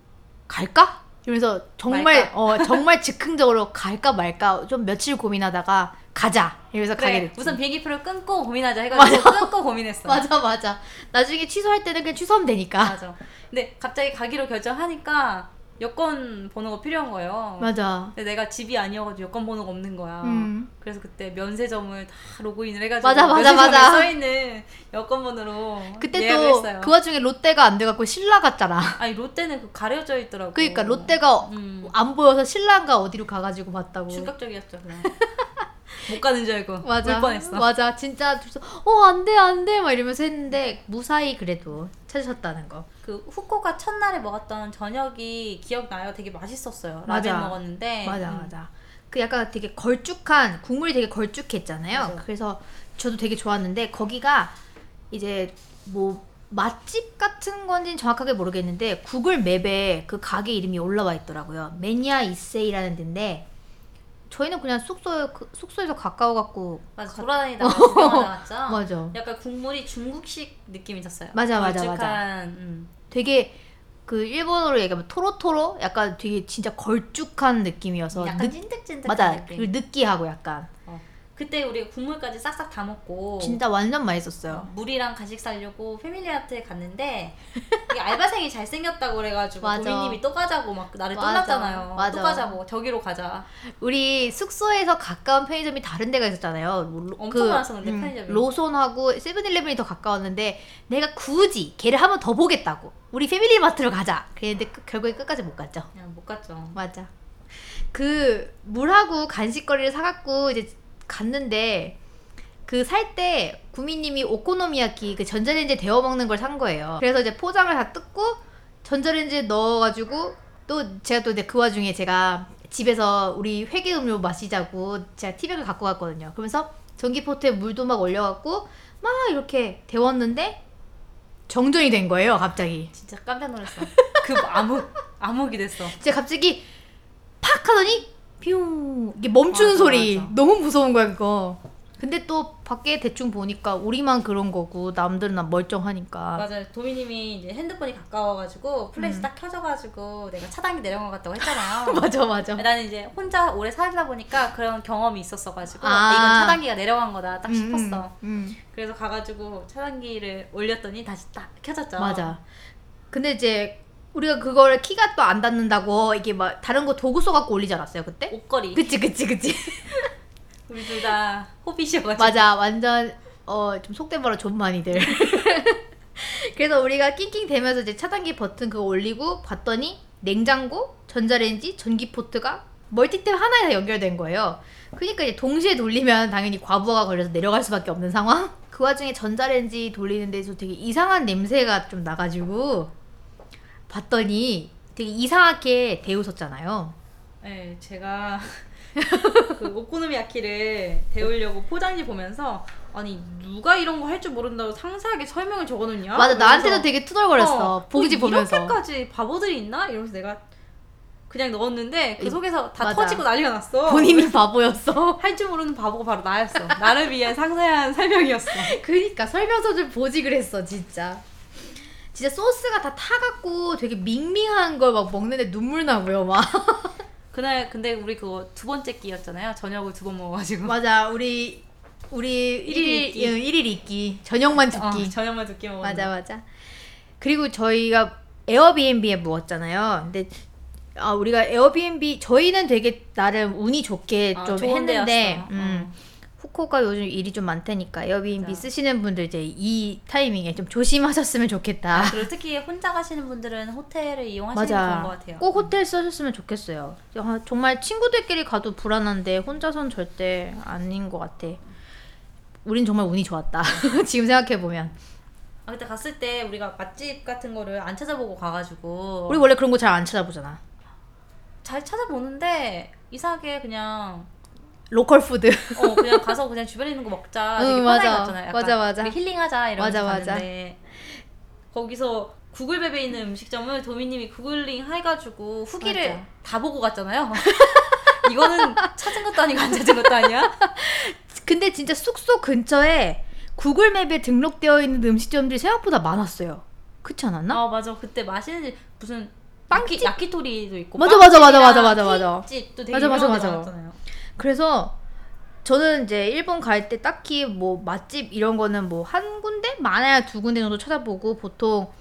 [SPEAKER 2] 갈까 이러면서 정말
[SPEAKER 1] 말까?
[SPEAKER 2] 어 정말 즉흥적으로 갈까 말까 좀 며칠 고민하다가 가자 이러면서 가게
[SPEAKER 1] 그래.
[SPEAKER 2] 됐지
[SPEAKER 1] 우선 비행기표를 끊고 고민하자 해가지고 끊고 고민했어.
[SPEAKER 2] 맞아 맞아 나중에 취소할 때는 그냥 취소하면 되니까
[SPEAKER 1] 맞아. 근데 갑자기 가기로 결정하니까 여권 번호가 필요한 거예요.
[SPEAKER 2] 맞아
[SPEAKER 1] 근데 내가 집이 아니어가지고 여권 번호가 없는 거야.
[SPEAKER 2] 음.
[SPEAKER 1] 그래서 그때 면세점을 다 로그인을 해가지고
[SPEAKER 2] 맞아, 맞아,
[SPEAKER 1] 면세점에
[SPEAKER 2] 맞아.
[SPEAKER 1] 써 있는 여권 번호로
[SPEAKER 2] 그때
[SPEAKER 1] 예약을
[SPEAKER 2] 또
[SPEAKER 1] 했어요.
[SPEAKER 2] 그 와중에 롯데가 안 돼갖고 신라 갔잖아.
[SPEAKER 1] 아니 롯데는 그 가려져 있더라고.
[SPEAKER 2] 그러니까 롯데가
[SPEAKER 1] 음,
[SPEAKER 2] 안 보여서 신라인가 어디로 가가지고 봤다고.
[SPEAKER 1] 충격적이었죠. 그냥. 못 가는 줄 알고
[SPEAKER 2] 맞아.
[SPEAKER 1] 울 뻔했어.
[SPEAKER 2] 맞아. 진짜 둘이서 어안돼안돼막 이러면서 했는데 무사히 그래도 찾으셨다는 거.
[SPEAKER 1] 그 후쿠오카 첫날에 먹었던 저녁이 기억나요? 되게 맛있었어요.
[SPEAKER 2] 맞아.
[SPEAKER 1] 라면 먹었는데.
[SPEAKER 2] 맞아
[SPEAKER 1] 음.
[SPEAKER 2] 맞아. 그 약간 되게 걸쭉한 국물이 되게 걸쭉했잖아요.
[SPEAKER 1] 맞아.
[SPEAKER 2] 그래서 저도 되게 좋았는데 거기가 이제 뭐 맛집 같은 건지는 정확하게 모르겠는데 구글 맵에 그 가게 이름이 올라와 있더라고요. 매니아 이세이라는 데인데 저희는 그냥 숙소 그 숙소에서 가까워 갖고
[SPEAKER 1] 맞아. 돌아다니다가 구경하다 왔죠.
[SPEAKER 2] 맞아.
[SPEAKER 1] 약간 국물이 중국식 느낌이 있었어요.
[SPEAKER 2] 맞아, 맞아,
[SPEAKER 1] 걸쭉한,
[SPEAKER 2] 맞아.
[SPEAKER 1] 음.
[SPEAKER 2] 되게 그 일본어로 얘기하면 토로토로 약간 되게 진짜 걸쭉한 느낌이어서
[SPEAKER 1] 약간
[SPEAKER 2] 느-
[SPEAKER 1] 찐득찐득한
[SPEAKER 2] 맞아.
[SPEAKER 1] 느낌.
[SPEAKER 2] 그리고 느끼하고 약간
[SPEAKER 1] 그때 우리 국물까지 싹싹 다 먹고
[SPEAKER 2] 진짜 완전
[SPEAKER 1] 어,
[SPEAKER 2] 맛있었어요.
[SPEAKER 1] 물이랑 간식 사려고 패밀리아트에 갔는데 이게 알바생이 잘생겼다고 그래가지고
[SPEAKER 2] 맞아.
[SPEAKER 1] 도미님이 또 가자고 막 나를
[SPEAKER 2] 맞아.
[SPEAKER 1] 떠났잖아요.
[SPEAKER 2] 맞아.
[SPEAKER 1] 또 가자고 저기로 가자.
[SPEAKER 2] 우리 숙소에서 가까운 편의점이 다른 데가 있었잖아요. 뭐 로- 그
[SPEAKER 1] 엄청 많았었는데, 편의점이.
[SPEAKER 2] 로손하고 세븐일레븐이 더 가까웠는데 내가 굳이 걔를 한 번 더 보겠다고 우리 패밀리마트로 가자. 그랬는데 끝- 결국에 끝까지 못 갔죠.
[SPEAKER 1] 그냥 못 갔죠.
[SPEAKER 2] 맞아. 그 물하고 간식거리를 사갖고 이제 갔는데 그 살 때 구미님이 오코노미야키 그 전자레인지에 데워 먹는 걸 산 거예요. 그래서 이제 포장을 다 뜯고 전자레인지에 넣어가지고 또 제가 또 이제 그 와중에 제가 집에서 우리 회계 음료 마시자고 제가 티백을 갖고 갔거든요. 그러면서 전기포트에 물도 막 올려갖고 막 이렇게 데웠는데 정전이 된 거예요, 갑자기.
[SPEAKER 1] 진짜 깜짝 놀랐어. 그 암흑 암흑이 됐어.
[SPEAKER 2] 진짜 갑자기 팍 하더니 뿅 이게 멈추는
[SPEAKER 1] 맞아,
[SPEAKER 2] 소리
[SPEAKER 1] 맞아.
[SPEAKER 2] 너무 무서운 거야 그거 근데 또 밖에 대충 보니까 우리만 그런 거고 남들은 난 멀쩡하니까
[SPEAKER 1] 맞아요. 도미님이 이제 핸드폰이 가까워가지고 플래시 딱 켜져가지고 내가 차단기 내려간 것 같다고 했잖아요.
[SPEAKER 2] 맞아 맞아
[SPEAKER 1] 나는 이제 혼자 오래 살다 보니까 그런 경험이 있었어가지고
[SPEAKER 2] 아.
[SPEAKER 1] 아, 이건 차단기가 내려간 거다 딱 싶었어.
[SPEAKER 2] 음,
[SPEAKER 1] 그래서 가가지고 차단기를 올렸더니 다시 딱 켜졌죠.
[SPEAKER 2] 맞아 근데 이제 우리가 그거를 키가 또 안 닿는다고 이게 막 다른 거 도구 써갖고 올리지 않았어요 그때?
[SPEAKER 1] 옷걸이.
[SPEAKER 2] 그치 그치 그치
[SPEAKER 1] 우리 둘 다 호빗이어가지고.
[SPEAKER 2] 맞아 완전 어 좀 속된 말로 존만이들 그래서 우리가 낑낑 대면서 이제 차단기 버튼 그거 올리고 봤더니 냉장고 전자레인지 전기포트가 멀티탭 하나에 다 연결된 거예요 그러니까 이제 동시에 돌리면 당연히 과부하가 걸려서 내려갈 수밖에 없는 상황 그 와중에 전자레인지 돌리는 데서 되게 이상한 냄새가 좀 나가지고 봤더니 되게 이상하게 데우셨잖아요
[SPEAKER 1] 네, 제가 그 오코노미야키를 데우려고 포장지 보면서 아니 누가 이런 거 할 줄 모른다고 상세하게 설명을 적어놓냐?
[SPEAKER 2] 맞아 나한테도
[SPEAKER 1] 이러면서
[SPEAKER 2] 되게 투덜거렸어
[SPEAKER 1] 어,
[SPEAKER 2] 보기지
[SPEAKER 1] 뭐
[SPEAKER 2] 보면서
[SPEAKER 1] 이렇게까지 바보들이 있나? 이러면서 내가 그냥 넣었는데 그
[SPEAKER 2] 이-
[SPEAKER 1] 속에서 다
[SPEAKER 2] 맞아.
[SPEAKER 1] 터지고 난리가 났어.
[SPEAKER 2] 본인이 바보였어
[SPEAKER 1] 할 줄 모르는 바보가 바로 나였어. 나를 위한 상세한 설명이었어.
[SPEAKER 2] 그니까 설명서 좀 보지 그랬어 진짜 진짜 소스가 다 타갖고 되게 밍밍한 걸 막 먹는데 눈물 나고요 막
[SPEAKER 1] 그날 근데 우리 그거 두 번째 끼였잖아요. 저녁을 두 번 먹어가지고.
[SPEAKER 2] 맞아 우리 우리
[SPEAKER 1] 일일
[SPEAKER 2] 일일
[SPEAKER 1] 있기.
[SPEAKER 2] 응, 일일 있기 저녁만
[SPEAKER 1] 어,
[SPEAKER 2] 듣기
[SPEAKER 1] 저녁만 두 끼 먹었
[SPEAKER 2] 맞아 맞아 그리고 저희가 에어비앤비에 묵었잖아요 근데 아 우리가 에어비앤비 저희는 되게 나름 운이 좋게
[SPEAKER 1] 아,
[SPEAKER 2] 좀
[SPEAKER 1] 어.
[SPEAKER 2] 했는데 음, 후쿠오카 요즘 일이 좀 많다니까 에어비앤비
[SPEAKER 1] 맞아.
[SPEAKER 2] 쓰시는 분들 이제 이 타이밍에 좀 조심하셨으면 좋겠다
[SPEAKER 1] 그리고 특히 혼자 가시는 분들은 호텔을 이용하시는 게
[SPEAKER 2] 맞아.
[SPEAKER 1] 좋은 것 같아요. 음.
[SPEAKER 2] 꼭 호텔 써줬으면 좋겠어요. 아, 정말 친구들끼리 가도 불안한데 혼자선 절대 아닌 것 같아. 우린 정말 운이 좋았다. 지금 생각해 보면
[SPEAKER 1] 아, 그때 갔을 때 우리가 맛집 같은 거를 안 찾아보고 가가지고
[SPEAKER 2] 우리 원래 그런 거 잘 안 찾아보잖아.
[SPEAKER 1] 잘 찾아보는데 이상하게 그냥
[SPEAKER 2] 로컬 푸드.
[SPEAKER 1] 어 그냥 가서 그냥 주변에 있는 거 먹자 되게
[SPEAKER 2] 응,
[SPEAKER 1] 편하게
[SPEAKER 2] 맞아.
[SPEAKER 1] 갔잖아요. 약간
[SPEAKER 2] 맞아, 맞아.
[SPEAKER 1] 되게 힐링하자 이러면서
[SPEAKER 2] 맞아, 맞아.
[SPEAKER 1] 갔는데 거기서 구글맵에 있는 음식점을 도미님이 구글링 해가지고 후기를
[SPEAKER 2] 맞아.
[SPEAKER 1] 다 보고 갔잖아요. 이거는 찾은 것도 아니고 안 찾은 것도 아니야.
[SPEAKER 2] 근데 진짜 숙소 근처에 구글맵에 등록되어 있는 음식점들이 생각보다 많았어요. 그렇지 않았나?
[SPEAKER 1] 아 맞아 그때 맛있는 집 무슨
[SPEAKER 2] 빵집?
[SPEAKER 1] 야키- 야키토리도 있고
[SPEAKER 2] 맞아, 맞아, 맞아, 맞아,
[SPEAKER 1] 빵집이랑
[SPEAKER 2] 맞아, 맞아.
[SPEAKER 1] 케이크집도 되게
[SPEAKER 2] 맞아, 맞아,
[SPEAKER 1] 유명한 데
[SPEAKER 2] 맞아.
[SPEAKER 1] 많았잖아요.
[SPEAKER 2] 그래서 저는 이제 일본 갈 때 딱히 뭐 맛집 이런 거는 뭐 한 군데 많아야 두 군데 정도 찾아보고 보통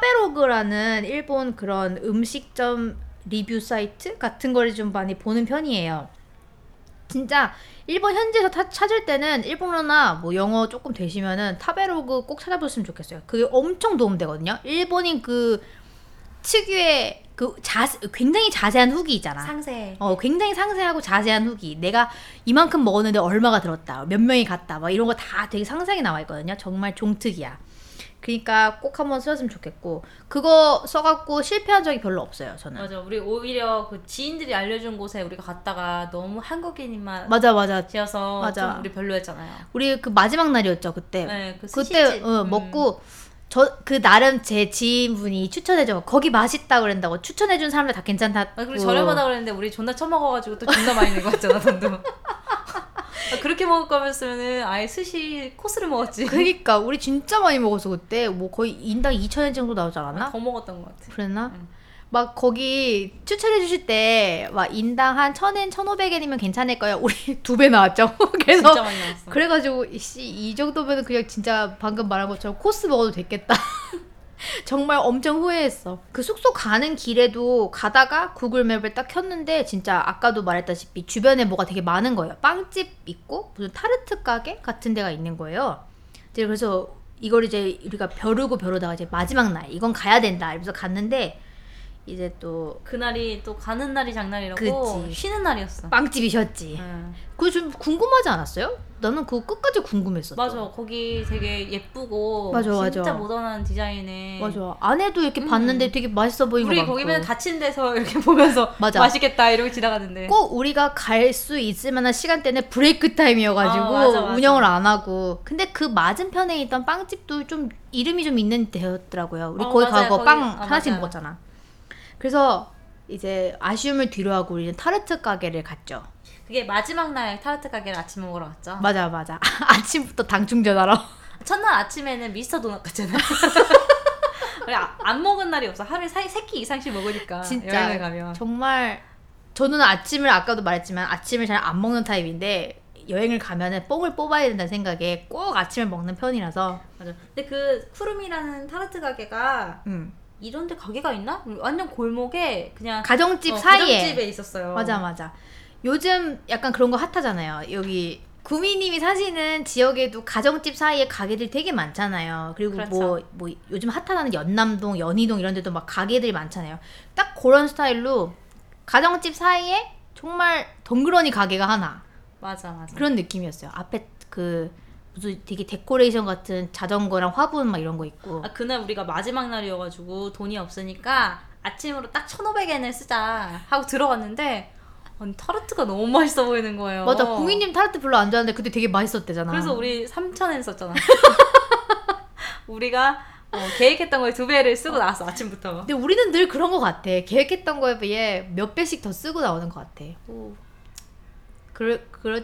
[SPEAKER 2] 타베로그라는 일본 그런 음식점 리뷰 사이트 같은 거를 좀 많이 보는 편이에요. 진짜 일본 현지에서 타- 찾을 때는 일본어나 뭐 영어 조금 되시면은 타베로그 꼭 찾아보셨으면 좋겠어요. 그게 엄청 도움되거든요. 일본인 그 특유의 그 자, 굉장히 자세한 후기 있잖아.
[SPEAKER 1] 상세.
[SPEAKER 2] 어, 굉장히 상세하고 자세한 후기. 내가 이만큼 먹었는데 얼마가 들었다. 몇 명이 갔다. 막 이런 거 다 되게 상세하게 나와 있거든요. 정말 종특이야. 그러니까 꼭 한번 쓰셨으면 좋겠고 그거 써갖고 실패한 적이 별로 없어요. 저는.
[SPEAKER 1] 맞아. 우리 오히려 그 지인들이 알려준 곳에 우리가 갔다가 너무 한국인만
[SPEAKER 2] 맞아 맞아.
[SPEAKER 1] 지어서
[SPEAKER 2] 맞아.
[SPEAKER 1] 좀 우리 별로였잖아요.
[SPEAKER 2] 우리 그 마지막 날이었죠 그때.
[SPEAKER 1] 네, 그
[SPEAKER 2] 그때
[SPEAKER 1] 스시집.
[SPEAKER 2] 어,
[SPEAKER 1] 음.
[SPEAKER 2] 먹고 저 그 나름 제 지인분이 추천해줘 거기 맛있다 그랬다고 추천해준 사람들 다 어. 괜찮다.
[SPEAKER 1] 아, 그리고 저렴하다 그랬는데 우리 존나 처먹어가지고 또 존나 많이 내고 왔잖아 돈도. 아, 그렇게 먹을 거면은 아예 스시 코스를 먹었지.
[SPEAKER 2] 그러니까 우리 진짜 많이 먹었어 그때 뭐 거의 인당 2천 엔 정도 나오지 않았나?
[SPEAKER 1] 더 먹었던 것 같아.
[SPEAKER 2] 그랬나?
[SPEAKER 1] 응.
[SPEAKER 2] 막 거기 추천해 주실 때 막 인당 한 1000엔, 1500엔이면 괜찮을 거예요. 우리 두 배 나왔죠.
[SPEAKER 1] 진짜
[SPEAKER 2] 그래서
[SPEAKER 1] 많이 나왔어.
[SPEAKER 2] 그래 가지고 씨, 이 정도면 그냥 진짜 방금 말한 것처럼 코스 먹어도 됐겠다. 정말 엄청 후회했어. 그 숙소 가는 길에도 가다가 구글맵을 딱 켰는데 진짜 아까도 말했다시피 주변에 뭐가 되게 많은 거예요. 빵집 있고 무슨 타르트 가게 같은 데가 있는 거예요. 이제 그래서 이걸 이제 우리가 벼르고 벼르다가 이제 마지막 날 이건 가야 된다 이러면서 갔는데 이제 또
[SPEAKER 1] 그날이 또 가는 날이 장날이라고
[SPEAKER 2] 그치.
[SPEAKER 1] 쉬는 날이었어. 네.
[SPEAKER 2] 빵집이셨지.
[SPEAKER 1] 응.
[SPEAKER 2] 그거 좀 궁금하지 않았어요? 나는 그거 끝까지 궁금했었어.
[SPEAKER 1] 맞아. 거기 되게 예쁘고
[SPEAKER 2] 맞아,
[SPEAKER 1] 진짜
[SPEAKER 2] 맞아.
[SPEAKER 1] 모던한 디자인에
[SPEAKER 2] 맞아. 안에도 이렇게
[SPEAKER 1] 네. 음.
[SPEAKER 2] 봤는데 되게 맛있어 보인 거
[SPEAKER 1] 우리
[SPEAKER 2] 같고.
[SPEAKER 1] 거기 맨날 닫힌 데서 이렇게 보면서
[SPEAKER 2] 맞아.
[SPEAKER 1] 맛있겠다 이러고 지나가는데
[SPEAKER 2] 꼭 우리가 갈 수 있을 만한 시간대는 브레이크 타임이어가지고
[SPEAKER 1] 어, 맞아, 맞아.
[SPEAKER 2] 운영을 안 하고 근데 그 맞은편에 있던 빵집도 좀 이름이 좀 있는 데였더라고요 우리
[SPEAKER 1] 어,
[SPEAKER 2] 거기
[SPEAKER 1] 맞아요.
[SPEAKER 2] 가고
[SPEAKER 1] 거기- 어,
[SPEAKER 2] 빵 하나씩
[SPEAKER 1] 맞아요.
[SPEAKER 2] 먹었잖아 그래서 이제 아쉬움을 뒤로하고 우리는 타르트 가게를 갔죠
[SPEAKER 1] 그게 마지막 날 타르트 가게를 아침 먹으러 갔죠
[SPEAKER 2] 맞아 맞아 아침부터 당 충전하러
[SPEAKER 1] 첫날 아침에는 미스터 도넛 갔잖아요 우리 아- 안 먹은 날이 없어 하루에 사, 세끼 이상씩 먹으니까
[SPEAKER 2] 진짜
[SPEAKER 1] 아, 여행을 가면
[SPEAKER 2] 정말 저는 아침을 아까도 말했지만 아침을 잘 안 먹는 타입인데 여행을 가면은 뽕을 뽑아야 된다는 생각에 꼭 아침을 먹는 편이라서
[SPEAKER 1] 맞아. 근데 그 쿠룸이라는 타르트 가게가
[SPEAKER 2] 음.
[SPEAKER 1] 이런 데 가게가 있나? 완전 골목에 그냥
[SPEAKER 2] 가정집
[SPEAKER 1] 어,
[SPEAKER 2] 사이에
[SPEAKER 1] 가정집에 있었어요
[SPEAKER 2] 맞아 맞아. 요즘 약간 그런 거 핫하잖아요. 여기 구미님이 사시는 지역에도 가정집 사이에 가게들 되게 많잖아요. 그리고 뭐 뭐
[SPEAKER 1] 그렇죠.
[SPEAKER 2] 요즘 핫하다는 연남동, 연희동 이런 데도 막 가게들이 많잖아요. 딱 그런 스타일로 가정집 사이에 정말 덩그러니 가게가 하나
[SPEAKER 1] 맞아 맞아.
[SPEAKER 2] 그런 느낌이었어요. 앞에 그 무슨 되게 데코레이션 같은 자전거랑 화분 막 이런 거 있고
[SPEAKER 1] 아, 그날 우리가 마지막 날이어가지고 돈이 없으니까 아침으로 딱 1,500엔을 쓰자 하고 들어갔는데 아니, 타르트가 너무 맛있어 보이는 거예요.
[SPEAKER 2] 맞아 구미님 타르트 별로 안 좋아하는데 그때 되게 맛있었대잖아.
[SPEAKER 1] 그래서 우리 3,000엔 썼잖아. 우리가 어, 계획했던 거에 두 배를 쓰고 나왔어 아침부터.
[SPEAKER 2] 근데 우리는 늘 그런 것 같아. 계획했던 거에 비해 몇 배씩 더 쓰고 나오는 것 같아. 그러, 그러,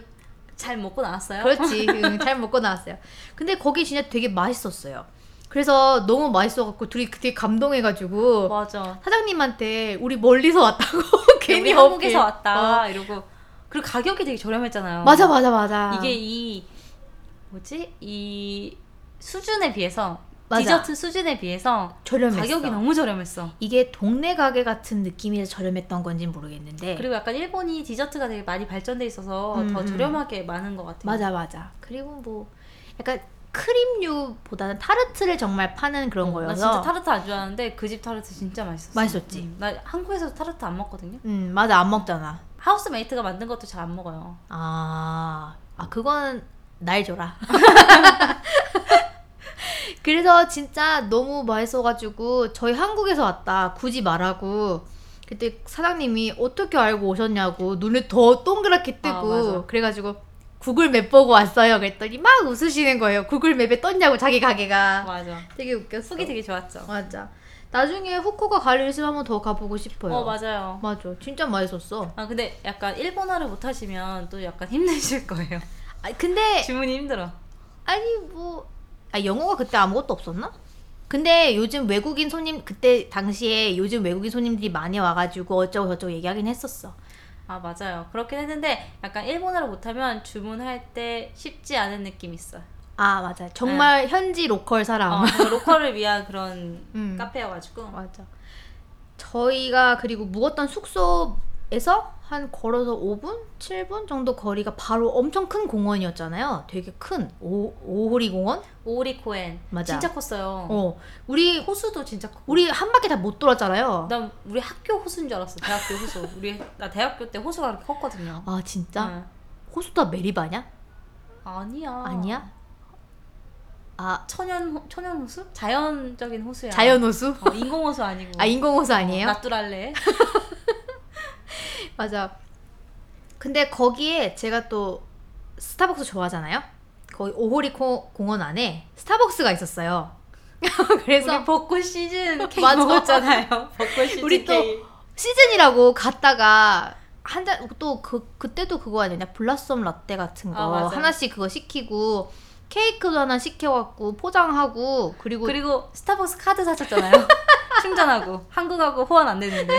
[SPEAKER 1] 잘 먹고 나왔어요.
[SPEAKER 2] 그렇지. 응, 잘 먹고 나왔어요. 근데 거기 진짜 되게 맛있었어요. 그래서 너무 맛있어갖고 둘이 되게 감동해가지고
[SPEAKER 1] 맞아.
[SPEAKER 2] 사장님한테 우리 멀리서 왔다고 괜히
[SPEAKER 1] 네, 우리
[SPEAKER 2] 어깨.
[SPEAKER 1] 한국에서 왔다
[SPEAKER 2] 어.
[SPEAKER 1] 이러고 그리고 가격이 되게 저렴했잖아요.
[SPEAKER 2] 맞아 맞아 맞아.
[SPEAKER 1] 이게 이 뭐지 이 수준에 비해서
[SPEAKER 2] 맞아.
[SPEAKER 1] 디저트 수준에 비해서
[SPEAKER 2] 저렴했어.
[SPEAKER 1] 가격이 너무 저렴했어.
[SPEAKER 2] 이게 동네 가게 같은 느낌이라 저렴했던 건지 모르겠는데
[SPEAKER 1] 그리고 약간 일본이 디저트가 되게 많이 발전돼 있어서
[SPEAKER 2] 네. 음,
[SPEAKER 1] 더
[SPEAKER 2] 음.
[SPEAKER 1] 저렴하게 많은 것 같아요.
[SPEAKER 2] 맞아 맞아. 그리고 뭐 약간 크림류보다는 타르트를 정말 파는
[SPEAKER 1] 어,
[SPEAKER 2] 그런
[SPEAKER 1] 나
[SPEAKER 2] 거여서
[SPEAKER 1] 진짜 타르트 안 좋아하는데 그 집 타르트 진짜 맛있었어.
[SPEAKER 2] 맛있었지?
[SPEAKER 1] 음, 나 한국에서 타르트 안 먹거든요.
[SPEAKER 2] 음 맞아 안 먹잖아.
[SPEAKER 1] 하우스메이트가 만든 것도 잘 안 먹어요.
[SPEAKER 2] 아, 아 그건 날 줘라. 그래서 진짜 너무 맛있어가지고 저희 한국에서 왔다 굳이 말하고 그때 사장님이 어떻게 알고 오셨냐고 눈을 더 동그랗게 뜨고
[SPEAKER 1] 아, 맞아.
[SPEAKER 2] 그래가지고 구글맵 보고 왔어요 그랬더니 막 웃으시는 거예요 구글맵에 떴냐고 자기 가게가
[SPEAKER 1] 맞아.
[SPEAKER 2] 되게 웃겼어
[SPEAKER 1] 속이 되게 좋았죠.
[SPEAKER 2] 맞아 나중에 후쿠오카 가리를스 한번 더 가보고 싶어요
[SPEAKER 1] 어 맞아요.
[SPEAKER 2] 맞아 진짜 맛있었어
[SPEAKER 1] 아 근데 약간 일본어를 못하시면 또 약간 힘드실 거예요. 네.
[SPEAKER 2] 아, 근데
[SPEAKER 1] 주문이 힘들어.
[SPEAKER 2] 아니 뭐 아, 영어가 그때 아무것도 없었나? 근데 요즘 외국인 손님 그때 당시에 요즘 외국인 손님들이 많이 와가지고 어쩌고 저쩌고 얘기하긴 했었어.
[SPEAKER 1] 아 맞아요. 그렇긴 했는데 약간 일본어를 못하면 주문할 때 쉽지 않은 느낌 있어. 요
[SPEAKER 2] 아 맞아 정말 현지 로컬 사람.
[SPEAKER 1] 어, 정말 로컬을 위한 그런
[SPEAKER 2] 음.
[SPEAKER 1] 카페여가지고
[SPEAKER 2] 맞아. 저희가 그리고 묵었던 숙소에서 한 걸어서 5분, 7분 정도 거리가 바로 엄청 큰 공원이었잖아요. 되게 큰 오, 오호리 공원.
[SPEAKER 1] 오리코엔
[SPEAKER 2] 맞아.
[SPEAKER 1] 진짜 컸어요.
[SPEAKER 2] 어, 우리
[SPEAKER 1] 호수도 진짜 크고.
[SPEAKER 2] 우리 한 바퀴 다 못 돌았잖아요.
[SPEAKER 1] 난 우리 학교 호수인 줄 알았어. 대학교 호수. 우리 나 대학교 때 호수가 그렇게 컸거든요.
[SPEAKER 2] 아 진짜
[SPEAKER 1] 응.
[SPEAKER 2] 호수다 메리바냐?
[SPEAKER 1] 아니야.
[SPEAKER 2] 아니야? 아
[SPEAKER 1] 천연 호- 천연 호수? 자연적인 호수야.
[SPEAKER 2] 자연 호수?
[SPEAKER 1] 어, 인공 호수 아니고.
[SPEAKER 2] 아 인공 호수 아니에요?
[SPEAKER 1] 나뚜랄레.
[SPEAKER 2] 맞아. 근데 거기에 제가 또 스타벅스 좋아하잖아요. 거기 오호리 코- 공원 안에 스타벅스가 있었어요. 그래서
[SPEAKER 1] 우리 벚꽃 시즌 케이크
[SPEAKER 2] 맞아.
[SPEAKER 1] 먹었잖아요. 벚꽃 시즌
[SPEAKER 2] 우리 또
[SPEAKER 1] 케이크.
[SPEAKER 2] 시즌이라고 갔다가 한 잔 또 그 그때도 그거 아니냐 블라썸 라떼 같은 거
[SPEAKER 1] 아, 맞아요.
[SPEAKER 2] 하나씩 그거 시키고 케이크도 하나 시켜갖고 포장하고 그리고
[SPEAKER 1] 그리고 스타벅스 카드 사셨잖아요. 충전하고 한국하고 호환 안 되는데.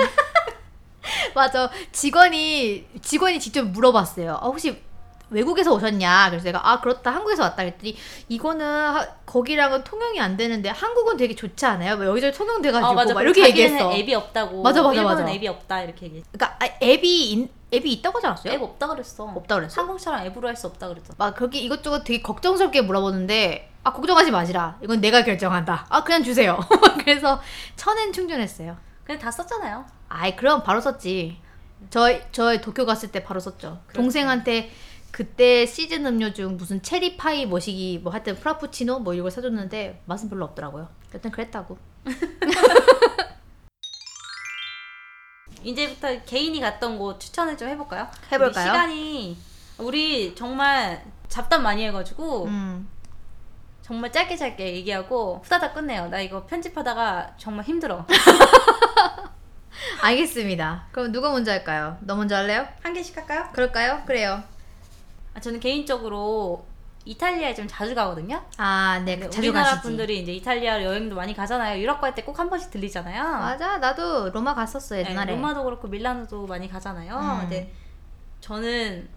[SPEAKER 2] 맞아. 직원이 직원이 직접 물어봤어요. 아, 혹시 외국에서 오셨냐? 그래서 내가 아 그렇다 한국에서 왔다 그랬더니 이거는 하- 거기랑은 통용이 안 되는데 한국은 되게 좋지 않아요? 막 여기저기 통용돼가지고 막 이렇게
[SPEAKER 1] 어, 자기네는
[SPEAKER 2] 얘기했어.
[SPEAKER 1] 앱이 없다고.
[SPEAKER 2] 맞아, 맞아,
[SPEAKER 1] 일본은
[SPEAKER 2] 맞아.
[SPEAKER 1] 앱이 없다 이렇게 얘기했어.
[SPEAKER 2] 그러니까 아, 앱이 인- 앱이 있다고 하지 않았어요?
[SPEAKER 1] 앱 없다 그랬어.
[SPEAKER 2] 없다 그랬어.
[SPEAKER 1] 한국처럼 앱으로 할 수 없다 그랬잖아.
[SPEAKER 2] 막 그렇게 이것저것 되게 걱정스럽게 물어보는데 아 걱정하지 마시라. 이건 내가 결정한다. 아 그냥 주세요. 그래서 천엔 충전했어요.
[SPEAKER 1] 그냥 다 썼잖아요.
[SPEAKER 2] 아이 그럼 바로 썼지. 저희 저희 도쿄 갔을 때 바로 썼죠.
[SPEAKER 1] 그렇죠.
[SPEAKER 2] 동생한테 그때 시즌 음료 중 무슨 체리 파이 뭐시기 뭐 하여튼 프라푸치노 뭐 이걸 사줬는데 맛은 별로 없더라고요. 여튼 그랬다고.
[SPEAKER 1] 이제부터 개인이 갔던 곳 추천을 좀 해볼까요?
[SPEAKER 2] 해볼까요?
[SPEAKER 1] 우리 시간이 우리 정말 잡담 많이 해가지고
[SPEAKER 2] 음.
[SPEAKER 1] 정말 짧게 짧게 얘기하고 후다닥 끝내요. 나 이거 편집하다가 정말 힘들어.
[SPEAKER 2] 알겠습니다. 그럼 누가 먼저 할까요? 너 먼저 할래요?
[SPEAKER 1] 한 개씩 할까요?
[SPEAKER 2] 그럴까요? 그래요.
[SPEAKER 1] 아, 저는 개인적으로 이탈리아에 좀 자주 가거든요.
[SPEAKER 2] 아, 네.
[SPEAKER 1] 근데
[SPEAKER 2] 자주
[SPEAKER 1] 우리나라
[SPEAKER 2] 가시지.
[SPEAKER 1] 분들이 이제 이탈리아 여행도 많이 가잖아요. 유럽 갈 때 꼭 한 번씩 들리잖아요.
[SPEAKER 2] 맞아. 나도 로마 갔었어,
[SPEAKER 1] 어. 네,
[SPEAKER 2] 옛날에.
[SPEAKER 1] 로마도 그렇고 밀라노도 많이 가잖아요.
[SPEAKER 2] 음.
[SPEAKER 1] 근데 저는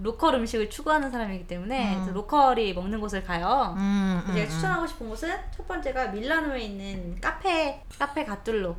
[SPEAKER 1] 로컬 음식을 추구하는 사람이기 때문에
[SPEAKER 2] 음.
[SPEAKER 1] 그래서 로컬이 먹는 곳을 가요.
[SPEAKER 2] 음, 음,
[SPEAKER 1] 제가
[SPEAKER 2] 음.
[SPEAKER 1] 추천하고 싶은 곳은 첫 번째가 밀라노에 있는 네, 카페 카페 가툴로.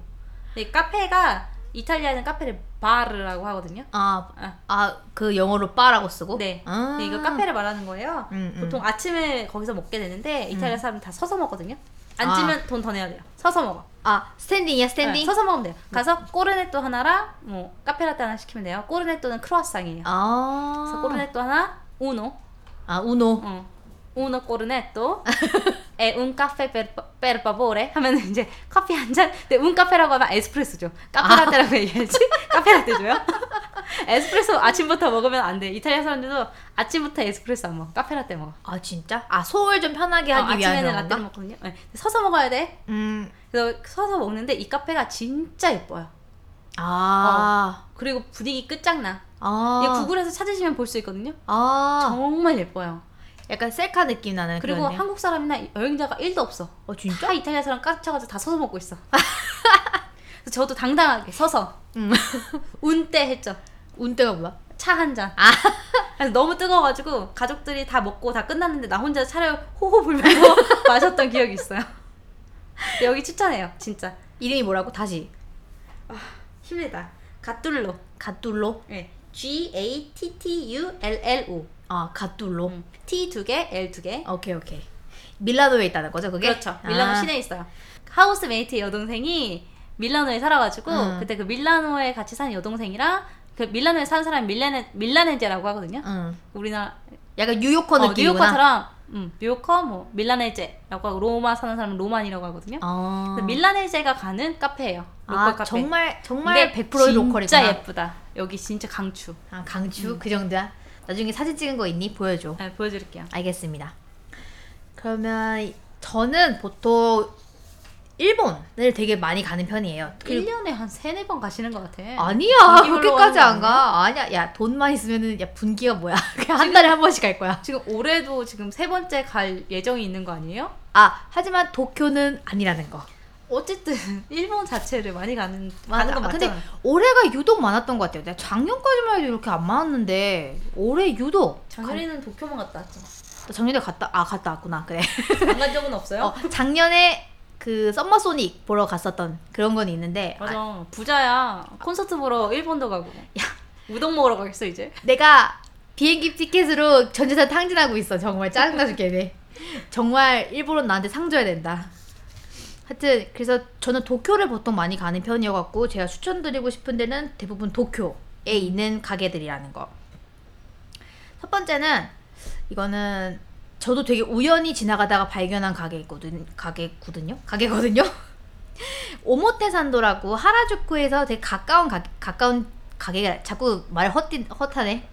[SPEAKER 1] 근데 카페가 이탈리아는 카페를 바르라고 하거든요.
[SPEAKER 2] 아,
[SPEAKER 1] 아.
[SPEAKER 2] 아, 그 영어로 바라고 쓰고?
[SPEAKER 1] 네.
[SPEAKER 2] 아.
[SPEAKER 1] 근데 이거 카페를 말하는 거예요.
[SPEAKER 2] 음, 음.
[SPEAKER 1] 보통 아침에 거기서 먹게 되는데 이탈리아 사람들 다 서서 먹거든요.
[SPEAKER 2] 아.
[SPEAKER 1] 앉으면 돈 더 내야 돼요. 서서 먹어.
[SPEAKER 2] 아, 스탠딩이야, 스탠딩?
[SPEAKER 1] 네, 서서 먹으면 돼요. 가서 꼬르네또 하나랑 뭐 카페라떼 하나 시키면 돼요. 꼬르네또는 크로아상이에요.
[SPEAKER 2] 아.
[SPEAKER 1] 그래서 꼬르네또 하나, 우노,
[SPEAKER 2] 아, 우노.
[SPEAKER 1] 어. 우노 꼬르네또, 에운 카페 per favore 하면 이제 커피 한 잔. 근데 운 카페라고 하면 에스프레소죠.
[SPEAKER 2] 아.
[SPEAKER 1] 카페라떼라고 얘기하지. 카페라떼죠요. 에스프레소 아침부터 먹으면 안 돼. 이탈리아 사람들도 아침부터 에스프레소 안 먹어. 카페라떼 먹어.
[SPEAKER 2] 아, 진짜? 아, 소울 좀 편하게
[SPEAKER 1] 어,
[SPEAKER 2] 하기 위한
[SPEAKER 1] 아침에는
[SPEAKER 2] 그런 건가?
[SPEAKER 1] 라떼를 먹거든요. 네. 서서 먹어야 돼.
[SPEAKER 2] 음.
[SPEAKER 1] 그래서 서서 먹는데 이 카페가 진짜 예뻐요.
[SPEAKER 2] 아.
[SPEAKER 1] 그리고 분위기 끝장나.
[SPEAKER 2] 아.
[SPEAKER 1] 어. 이거 구글에서 찾으시면 볼 수 있거든요.
[SPEAKER 2] 아.
[SPEAKER 1] 정말 예뻐요.
[SPEAKER 2] 약간 셀카 느낌 나는
[SPEAKER 1] 네, 그리고
[SPEAKER 2] 그런
[SPEAKER 1] 한국 사람이나 여행자가 1도 없어.
[SPEAKER 2] 어, 진짜?
[SPEAKER 1] 다 이탈리아 사람 깍쳐가지고 다 서서 먹고 있어. 그래서 저도 당당하게 서서
[SPEAKER 2] 음.
[SPEAKER 1] 운때 했죠.
[SPEAKER 2] 운대가 뭐야?
[SPEAKER 1] 차 한 잔. 그래서 너무 뜨거워가지고 가족들이 다 먹고 다 끝났는데 나 혼자 차를 호호 불면서 마셨던 기억이 있어요. 근데 여기 추천해요, 진짜.
[SPEAKER 2] 이름이 뭐라고? 다시.
[SPEAKER 1] 아, 힘내다. 가툴로.
[SPEAKER 2] 가뚤로?
[SPEAKER 1] 예. G A T T U L L O.
[SPEAKER 2] 아, 가뚤로.
[SPEAKER 1] T 두 개, L 두 개.
[SPEAKER 2] 오케이, 오케이. 밀라노에 있다는 거죠, 그게?
[SPEAKER 1] 그렇죠. 밀라노
[SPEAKER 2] 아.
[SPEAKER 1] 시내에 있어요. 하우스 메이트의 여동생이 밀라노에 살아가지고
[SPEAKER 2] 음.
[SPEAKER 1] 그때 그 밀라노에 같이 사는 여동생이랑 그 밀라노에 사는 사람 밀라네 밀라네제라고 하거든요.
[SPEAKER 2] 응.
[SPEAKER 1] 우리나라
[SPEAKER 2] 약간 뉴요커
[SPEAKER 1] 어,
[SPEAKER 2] 느낌이구나.
[SPEAKER 1] 뉴요커처럼 음, 뉴요커 뭐 밀라네제라고 하고 로마 사는 사람은 로만이라고 하거든요.
[SPEAKER 2] 아.
[SPEAKER 1] 그래서 밀라네제가 가는 카페예요. 로컬
[SPEAKER 2] 아,
[SPEAKER 1] 카페.
[SPEAKER 2] 정말 정말 100%의 로컬이구나.
[SPEAKER 1] 진짜 예쁘다. 여기 진짜 강추.
[SPEAKER 2] 아, 강추 그 정도야. 나중에 사진 찍은 거 있니? 보여줘.
[SPEAKER 1] 네, 보여드릴게요.
[SPEAKER 2] 알겠습니다. 그러면 저는 보통 일본을 되게 많이 가는 편이에요. 그리고-
[SPEAKER 1] 1년에 한 세네 번 가시는 것 같아. 분기별로
[SPEAKER 2] 아니야 그렇게까지
[SPEAKER 1] 하는
[SPEAKER 2] 안
[SPEAKER 1] 거
[SPEAKER 2] 가. 아니야 야 돈만 있으면은 야 분기가 뭐야? 그냥 한 달에 한 번씩 갈 거야.
[SPEAKER 1] 지금 올해도 지금 세 번째 갈 예정이 있는 거 아니에요?
[SPEAKER 2] 아 하지만 도쿄는 아니라는 거.
[SPEAKER 1] 어쨌든 일본 자체를 많이 가는
[SPEAKER 2] 맞아.
[SPEAKER 1] 가는 건
[SPEAKER 2] 아, 근데
[SPEAKER 1] 맞잖아.
[SPEAKER 2] 올해가 유독 많았던 것 같아요. 내가 작년까지만 해도 이렇게 안 많았는데 올해 유독.
[SPEAKER 1] 작년에는 도쿄만 갔다 왔잖아.
[SPEAKER 2] 가- 작년에 갔다 아 갔다 왔구나 그래.
[SPEAKER 1] 안 간 적은 없어요?
[SPEAKER 2] 어, 작년에 그 썸머소닉 보러 갔었던 그런 건 있는데
[SPEAKER 1] 맞아.
[SPEAKER 2] 아,
[SPEAKER 1] 부자야. 콘서트 보러 일본도 가고. 야. 우동 먹으러 가겠어 이제.
[SPEAKER 2] 내가 비행기 티켓으로 전재산 탕진하고 있어 정말 짜증나 죽겠네 정말 일본은 나한테 상 줘야 된다 하여튼 그래서 저는 도쿄를 보통 많이 가는 편이어갖고 제가 추천드리고 싶은 데는 대부분 도쿄에 있는 가게들이라는 거 첫 번째는 이거는 저도 되게 우연히 지나가다가 발견한 가게거든 가게거든요 가게거든요 오모테산도라고 하라주쿠에서 되게 가까운 가, 가까운 가게가 자꾸 말 헛디 헛하네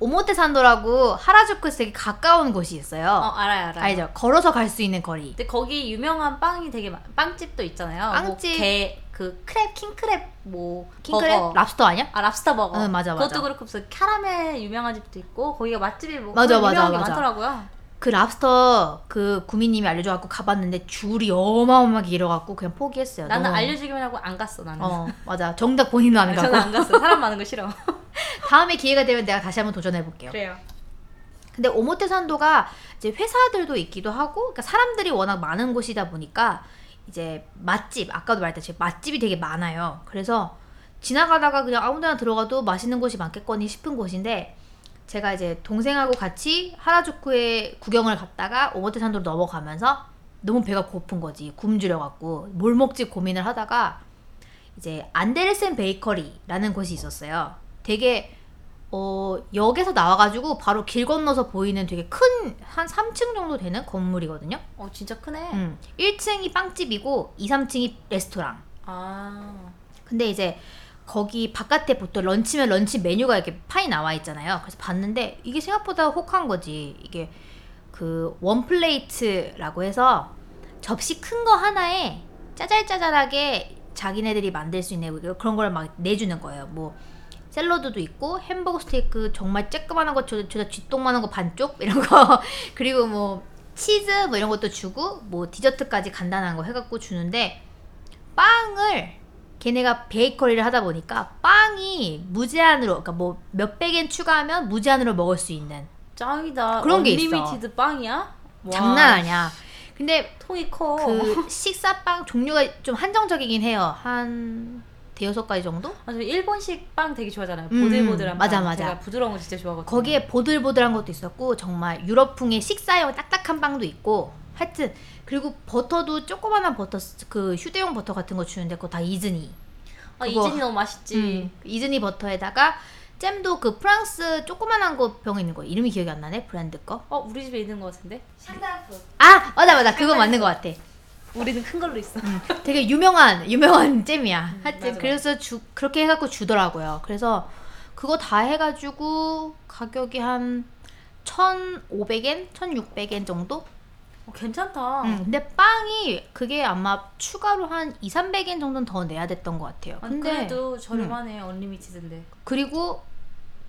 [SPEAKER 2] 오모테산도라고 하라주쿠에서 되게 가까운 곳이 있어요
[SPEAKER 1] 알아요 알아요. 네.
[SPEAKER 2] 알죠 걸어서 갈 수 있는 거리
[SPEAKER 1] 근데 거기 유명한 빵이 되게 많- 빵집도 있잖아요. 뭐
[SPEAKER 2] 빵집.
[SPEAKER 1] 뭐게그 크랩 킹크랩 뭐
[SPEAKER 2] 킹크랩
[SPEAKER 1] 버거.
[SPEAKER 2] 랍스터 아니야
[SPEAKER 1] 아 랍스터 버거.
[SPEAKER 2] 응, 맞아, 맞아.
[SPEAKER 1] 그것도 그렇고 무슨 캐러멜 유명한 집도 있고 거기가 맛집이 뭐
[SPEAKER 2] 맞아,
[SPEAKER 1] 그런 유명한
[SPEAKER 2] 맞아,
[SPEAKER 1] 게
[SPEAKER 2] 맞아.
[SPEAKER 1] 많더라고요.
[SPEAKER 2] 그 랍스터 그 구미님이 알려줘갖고 가봤는데 줄이 어마어마하게 길어갖고 그냥 포기했어요
[SPEAKER 1] 나는
[SPEAKER 2] 너무-
[SPEAKER 1] 알려주기만 하고 안 갔어 나는.
[SPEAKER 2] 어 맞아 정답 본인은 안
[SPEAKER 1] 아니, 저는
[SPEAKER 2] 가고
[SPEAKER 1] 안 갔어. 사람 많은 거 싫어.
[SPEAKER 2] 다음에 기회가 되면 내가 다시 한번 도전해볼게요
[SPEAKER 1] 그래요.
[SPEAKER 2] 근데 오모테산도가 이제 회사들도 있기도 하고 그러니까 사람들이 워낙 많은 곳이다 보니까 이제 맛집 아까도 말했듯이 맛집이 되게 많아요. 그래서 지나가다가 그냥 아무데나 들어가도 맛있는 곳이 많겠거니 싶은 곳인데 제가 이제 동생하고 같이 하라주쿠에 구경을 갔다가 오모테산도로 넘어가면서 너무 배가 고픈 거지 굶주려 갖고 뭘 먹지 고민을 하다가 이제 안데르센 베이커리라는 곳이 있었어요. 되게 어, 역에서 나와가지고 바로 길 건너서 보이는 되게 큰 한 3층 정도 되는 건물이거든요.
[SPEAKER 1] 어 진짜 크네.
[SPEAKER 2] 음. 1층이 빵집이고 2, 3층이 레스토랑.
[SPEAKER 1] 아.
[SPEAKER 2] 근데 이제 거기 바깥에 보통 런치면 런치 메뉴가 이렇게 파이 나와 있잖아요. 그래서 봤는데 이게 생각보다 혹한 거지. 이게 그 원플레이트라고 해서 접시 큰 거 하나에 짜잘짜잘하게 자기네들이 만들 수 있는 그런 걸 막 내주는 거예요. 뭐 샐러드도 있고 햄버거 스테이크 정말 쬐끄만한 거 저, 저 쥐똥만한 거 반쪽 이런 거 그리고 뭐 치즈 뭐 이런 것도 주고 뭐 디저트까지 간단한 거 해갖고 주는데 빵을 걔네가 베이커리를 하다 보니까 빵이 무제한으로 그러니까 뭐 몇백 엔 추가하면 무제한으로 먹을 수 있는
[SPEAKER 1] 짱이다.
[SPEAKER 2] 그런 게 있어.
[SPEAKER 1] 언리미티드 빵이야? 와, 어.
[SPEAKER 2] 장난 아니야 근데
[SPEAKER 1] 통이 커.
[SPEAKER 2] 그 식사빵 종류가 좀 한정적이긴 해요 한 대여섯 가지 정도?
[SPEAKER 1] 아, 저 일본식 빵 되게 좋아하잖아요.
[SPEAKER 2] 음,
[SPEAKER 1] 보들보들한
[SPEAKER 2] 맞아,
[SPEAKER 1] 빵.
[SPEAKER 2] 맞아.
[SPEAKER 1] 제가 부드러운 거 진짜 좋아하거든요.
[SPEAKER 2] 거기에 보들보들한 것도 있었고 정말 유럽풍의 식사용 딱딱한 빵도 있고 하여튼 그리고 버터도 조그만한 버터 스- 그 휴대용 버터 같은 거 주는데 그거 다 이즈니
[SPEAKER 1] 아,
[SPEAKER 2] 그거-
[SPEAKER 1] 이진이 너무 맛있지.
[SPEAKER 2] 음, 이즈니 버터에다가 잼도 그 프랑스 조그만한 거 병에 있는 거 이름이 기억이 안 나네 브랜드 거
[SPEAKER 1] 어, 우리 집에 있는 거 같은데?
[SPEAKER 3] 샹다프
[SPEAKER 2] 아 맞아 맞아 그거 맞는 것 같아
[SPEAKER 1] 우리는 큰 걸로 있어.
[SPEAKER 2] 되게 유명한 유명한 잼이야. 하여튼
[SPEAKER 1] 음, 맞아, 맞아.
[SPEAKER 2] 그래서 주 그렇게 해갖고 주더라고요. 그래서 그거 다 해가지고 가격이 한 1,500엔, 1,600엔 정도?
[SPEAKER 1] 어, 괜찮다.
[SPEAKER 2] 음, 근데 빵이 그게 아마 추가로 한 2, 300엔 정도는 더 내야 됐던 것 같아요.
[SPEAKER 1] 아니,
[SPEAKER 2] 근데 음.
[SPEAKER 1] 그래도 저렴하네. 언리미티드인데.
[SPEAKER 2] 그리고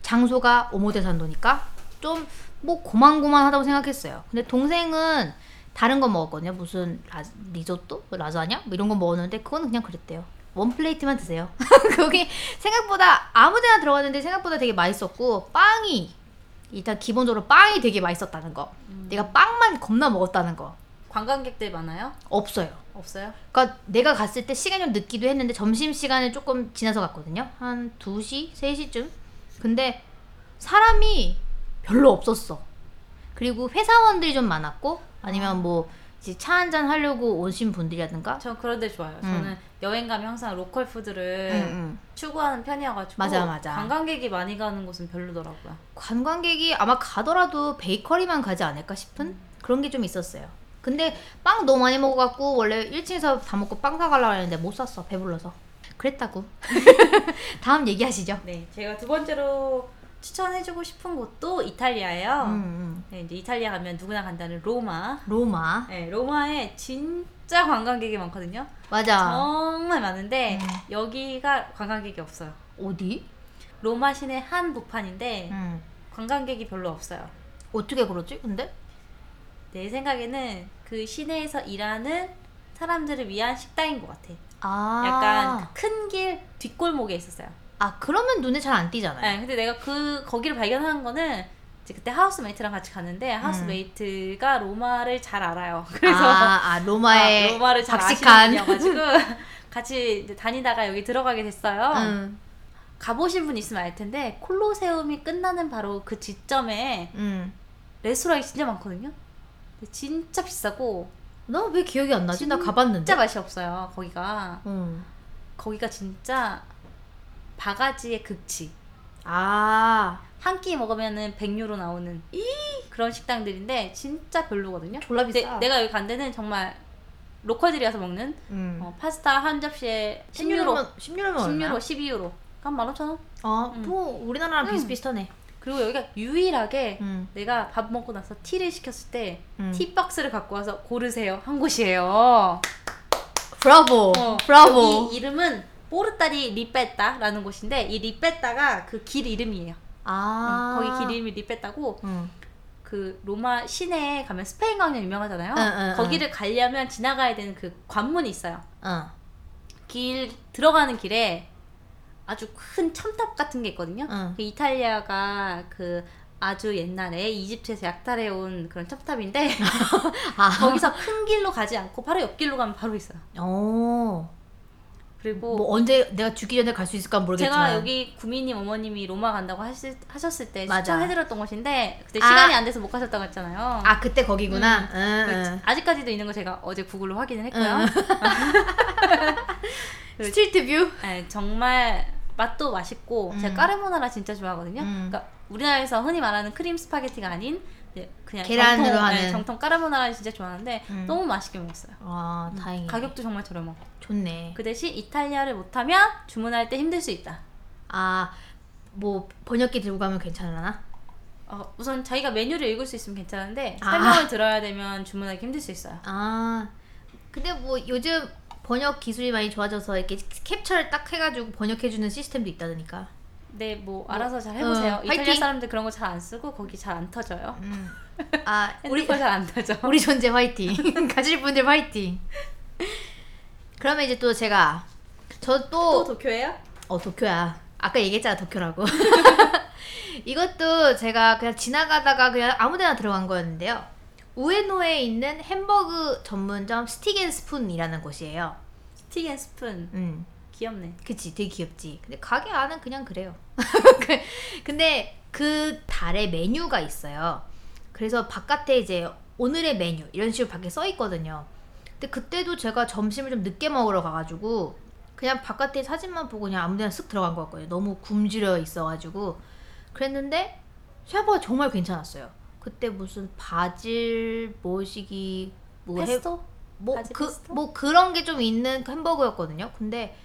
[SPEAKER 2] 장소가 오모데산도니까 좀 뭐 고만고만하다고 생각했어요. 근데 동생은 다른 거 먹었거든요. 무슨 라, 리조또, 라자냐 뭐 이런 거 먹었는데 그건 그냥 그랬대요. 원 플레이트만 드세요. 거기 생각보다 아무데나 들어갔는데 생각보다 되게 맛있었고 빵이 일단 기본적으로 빵이 되게 맛있었다는 거. 내가 빵만 겁나 먹었다는 거
[SPEAKER 1] 관광객들 많아요?
[SPEAKER 2] 없어요.
[SPEAKER 1] 없어요?
[SPEAKER 2] 그러니까 내가 갔을 때 시간이 좀 늦기도 했는데 점심 시간을 조금 지나서 갔거든요. 한 2시, 3시쯤. 근데 사람이 별로 없었어. 그리고 회사원들이 좀 많았고 아니면 뭐 이제 차 한잔 하려고 오신 분들이라든가
[SPEAKER 1] 전 그런 데 좋아요.
[SPEAKER 2] 음.
[SPEAKER 1] 저는 여행 가면 항상 로컬 푸드를
[SPEAKER 2] 응, 응.
[SPEAKER 1] 추구하는 편이어가지고
[SPEAKER 2] 맞아, 맞아.
[SPEAKER 1] 관광객이 많이 가는 곳은 별로더라고요.
[SPEAKER 2] 관광객이 아마 가더라도 베이커리만 가지 않을까 싶은 그런 게 좀 있었어요. 근데 빵 너무 많이 먹어갖고 원래 1층에서 다 먹고 빵 사가려고 했는데 못 샀어. 배불러서. 그랬다고. 다음 얘기하시죠.
[SPEAKER 1] 네, 제가 두 번째로 추천해주고 싶은 곳도 이탈리아예요.
[SPEAKER 2] 음, 음.
[SPEAKER 1] 네, 이제 이탈리아 가면 누구나 간다는 로마.
[SPEAKER 2] 로마.
[SPEAKER 1] 네, 로마에 진짜 관광객이 많거든요.
[SPEAKER 2] 맞아.
[SPEAKER 1] 정말 많은데
[SPEAKER 2] 음.
[SPEAKER 1] 여기가 관광객이 없어요.
[SPEAKER 2] 어디?
[SPEAKER 1] 로마 시내 한 부판인데
[SPEAKER 2] 음.
[SPEAKER 1] 관광객이 별로 없어요.
[SPEAKER 2] 어떻게 그러지? 근데
[SPEAKER 1] 내 생각에는 그 시내에서 일하는 사람들을 위한 식당인 것 같아.
[SPEAKER 2] 아
[SPEAKER 1] 약간 큰 길 뒷골목에 있었어요.
[SPEAKER 2] 아 그러면 눈에 잘 안 띄잖아요.
[SPEAKER 1] 네, 근데 내가 그 거기를 발견한 거는 이제 그때 하우스메이트랑 같이 갔는데 하우스메이트가 로마를 잘 알아요. 그래서
[SPEAKER 2] 음. 아, 아 로마의
[SPEAKER 1] 아, 로마를 잘
[SPEAKER 2] 박식한.
[SPEAKER 1] 아시는 분이어가지고 같이 이제 다니다가 여기 들어가게 됐어요.
[SPEAKER 2] 음,
[SPEAKER 1] 가보신 분 있으면 알 텐데 콜로세움이 끝나는 바로 그 지점에
[SPEAKER 2] 음.
[SPEAKER 1] 레스토랑이 진짜 많거든요. 근데 진짜 비싸고
[SPEAKER 2] 나 왜 기억이 안 나지? 나
[SPEAKER 1] 진짜
[SPEAKER 2] 가봤는데.
[SPEAKER 1] 진짜 맛이 없어요. 거기가
[SPEAKER 2] 음.
[SPEAKER 1] 거기가 진짜 바가지의 극치.
[SPEAKER 2] 아
[SPEAKER 1] 한 끼 먹으면은 100유로 나오는 그런 식당들인데 진짜 별로거든요.
[SPEAKER 2] 졸라
[SPEAKER 1] 근데
[SPEAKER 2] 비싸.
[SPEAKER 1] 내가 여기 간 데는 정말 로컬들이 와서 먹는
[SPEAKER 2] 음.
[SPEAKER 1] 어, 파스타 한 접시에 10유로,
[SPEAKER 2] 10유로면 10유로면
[SPEAKER 1] 10유로,
[SPEAKER 2] 얼마야?
[SPEAKER 1] 12유로. 한 15,000원.
[SPEAKER 2] 아, 뭐
[SPEAKER 1] 음.
[SPEAKER 2] 우리나라랑
[SPEAKER 1] 네.
[SPEAKER 2] 비슷비슷하네.
[SPEAKER 1] 그리고 여기가 유일하게
[SPEAKER 2] 음.
[SPEAKER 1] 내가 밥 먹고 나서 티를 시켰을 때
[SPEAKER 2] 음.
[SPEAKER 1] 티박스를 갖고 와서 고르세요 한 곳이에요.
[SPEAKER 2] 브라보.
[SPEAKER 1] 어,
[SPEAKER 2] 브라보.
[SPEAKER 1] 여기 이름은 보르타리 리페타라는 곳인데 이 리페타가 그 길 이름이에요.
[SPEAKER 2] 아.
[SPEAKER 1] 음, 거기 길 이름이 리페타고
[SPEAKER 2] 음.
[SPEAKER 1] 그 로마 시내에 가면 스페인 강령 유명하잖아요.
[SPEAKER 2] 응, 응,
[SPEAKER 1] 거기를 가려면 지나가야 되는 그 관문이 있어요.
[SPEAKER 2] 어.
[SPEAKER 1] 길 들어가는 길에 아주 큰 첨탑 같은 게 있거든요.
[SPEAKER 2] 응.
[SPEAKER 1] 그 이탈리아가 그 아주 옛날에 이집트에서 약탈해 온 그런 첨탑인데
[SPEAKER 2] 아.
[SPEAKER 1] 거기서 큰 길로 가지 않고 바로 옆길로 가면 바로 있어요.
[SPEAKER 2] 어.
[SPEAKER 1] 그리고
[SPEAKER 2] 뭐 언제 내가 죽기 전에 갈 수 있을까 모르겠지만.
[SPEAKER 1] 제가 여기 구미님 어머님이 로마 간다고 하실, 하셨을 때
[SPEAKER 2] 맞아.
[SPEAKER 1] 추천해드렸던 곳인데 그때
[SPEAKER 2] 아.
[SPEAKER 1] 시간이 안 돼서 못 가셨다고 했잖아요.
[SPEAKER 2] 아 그때 거기구나. 응. 응.
[SPEAKER 1] 그 아직까지도 있는 거 제가 어제 구글로 확인을 했고요. 그-
[SPEAKER 2] 스트리트 뷰.
[SPEAKER 1] 네, 정말 맛도 맛있고
[SPEAKER 2] 음.
[SPEAKER 1] 제가 까르보나라 진짜 좋아하거든요.
[SPEAKER 2] 음.
[SPEAKER 1] 그러니까 우리나라에서 흔히 말하는 크림 스파게티가 아닌 이제 그냥
[SPEAKER 2] 계란으로
[SPEAKER 1] 정통,
[SPEAKER 2] 하는.
[SPEAKER 1] 네, 정통 까르보나라 진짜 좋아하는데
[SPEAKER 2] 음.
[SPEAKER 1] 너무 맛있게 먹었어요.
[SPEAKER 2] 와 아, 다행이네.
[SPEAKER 1] 가격도 정말 저렴하고
[SPEAKER 2] 좋네.
[SPEAKER 1] 그 대신 이탈리아를 못하면 주문할 때 힘들 수 있다.
[SPEAKER 2] 아 뭐 번역기 들고 가면 괜찮으나?
[SPEAKER 1] 어, 우선 자기가 메뉴를 읽을 수 있으면 괜찮은데
[SPEAKER 2] 아.
[SPEAKER 1] 설명을 들어야 되면 주문하기 힘들 수 있어요.
[SPEAKER 2] 아 근데 뭐 요즘 번역 기술이 많이 좋아져서 이렇게 캡처를 딱 해가지고 번역해주는 시스템도 있다니까.
[SPEAKER 1] 네, 뭐 알아서 잘 해보세요.
[SPEAKER 2] 어,
[SPEAKER 1] 이탈리아
[SPEAKER 2] 화이팅!
[SPEAKER 1] 사람들 그런 거 잘 안 쓰고 거기 잘 안 터져요.
[SPEAKER 2] 음. 아
[SPEAKER 1] 우리
[SPEAKER 2] 우리
[SPEAKER 1] 거 잘 안 터져.
[SPEAKER 2] 우리 존재 화이팅. 가질 분들 화이팅. 그러면 이제 또 제가
[SPEAKER 1] 또
[SPEAKER 2] 저또
[SPEAKER 1] 도쿄예요?
[SPEAKER 2] 어 도쿄야. 아까 얘기했잖아 도쿄라고. 이것도 제가 그냥 지나가다가 그냥 아무데나 들어간 거였는데요. 우에노에 있는 햄버거 전문점 스틱앤스푼이라는 곳이에요.
[SPEAKER 1] 스틱 앤 스푼
[SPEAKER 2] 음.
[SPEAKER 1] 귀엽네.
[SPEAKER 2] 그치 되게 귀엽지 근데 가게 안은 그냥 그래요 근데 그 달에 메뉴가 있어요 그래서 바깥에 이제 오늘의 메뉴 이런 식으로 밖에 써 있거든요 근데 그때도 제가 점심을 좀 늦게 먹으러 가가지고 그냥 바깥에 사진만 보고 그냥 아무 데나 쓱 들어간 것 같거든요 너무 굶주려 있어가지고 그랬는데 생각보다 정말 괜찮았어요 그때 무슨 바질 뭐시기 뭐 해-
[SPEAKER 1] 페스토?
[SPEAKER 2] 뭐,
[SPEAKER 1] 바질
[SPEAKER 2] 그,
[SPEAKER 1] 페스토?
[SPEAKER 2] 뭐 그런 게 좀 있는 햄버거였거든요. 근데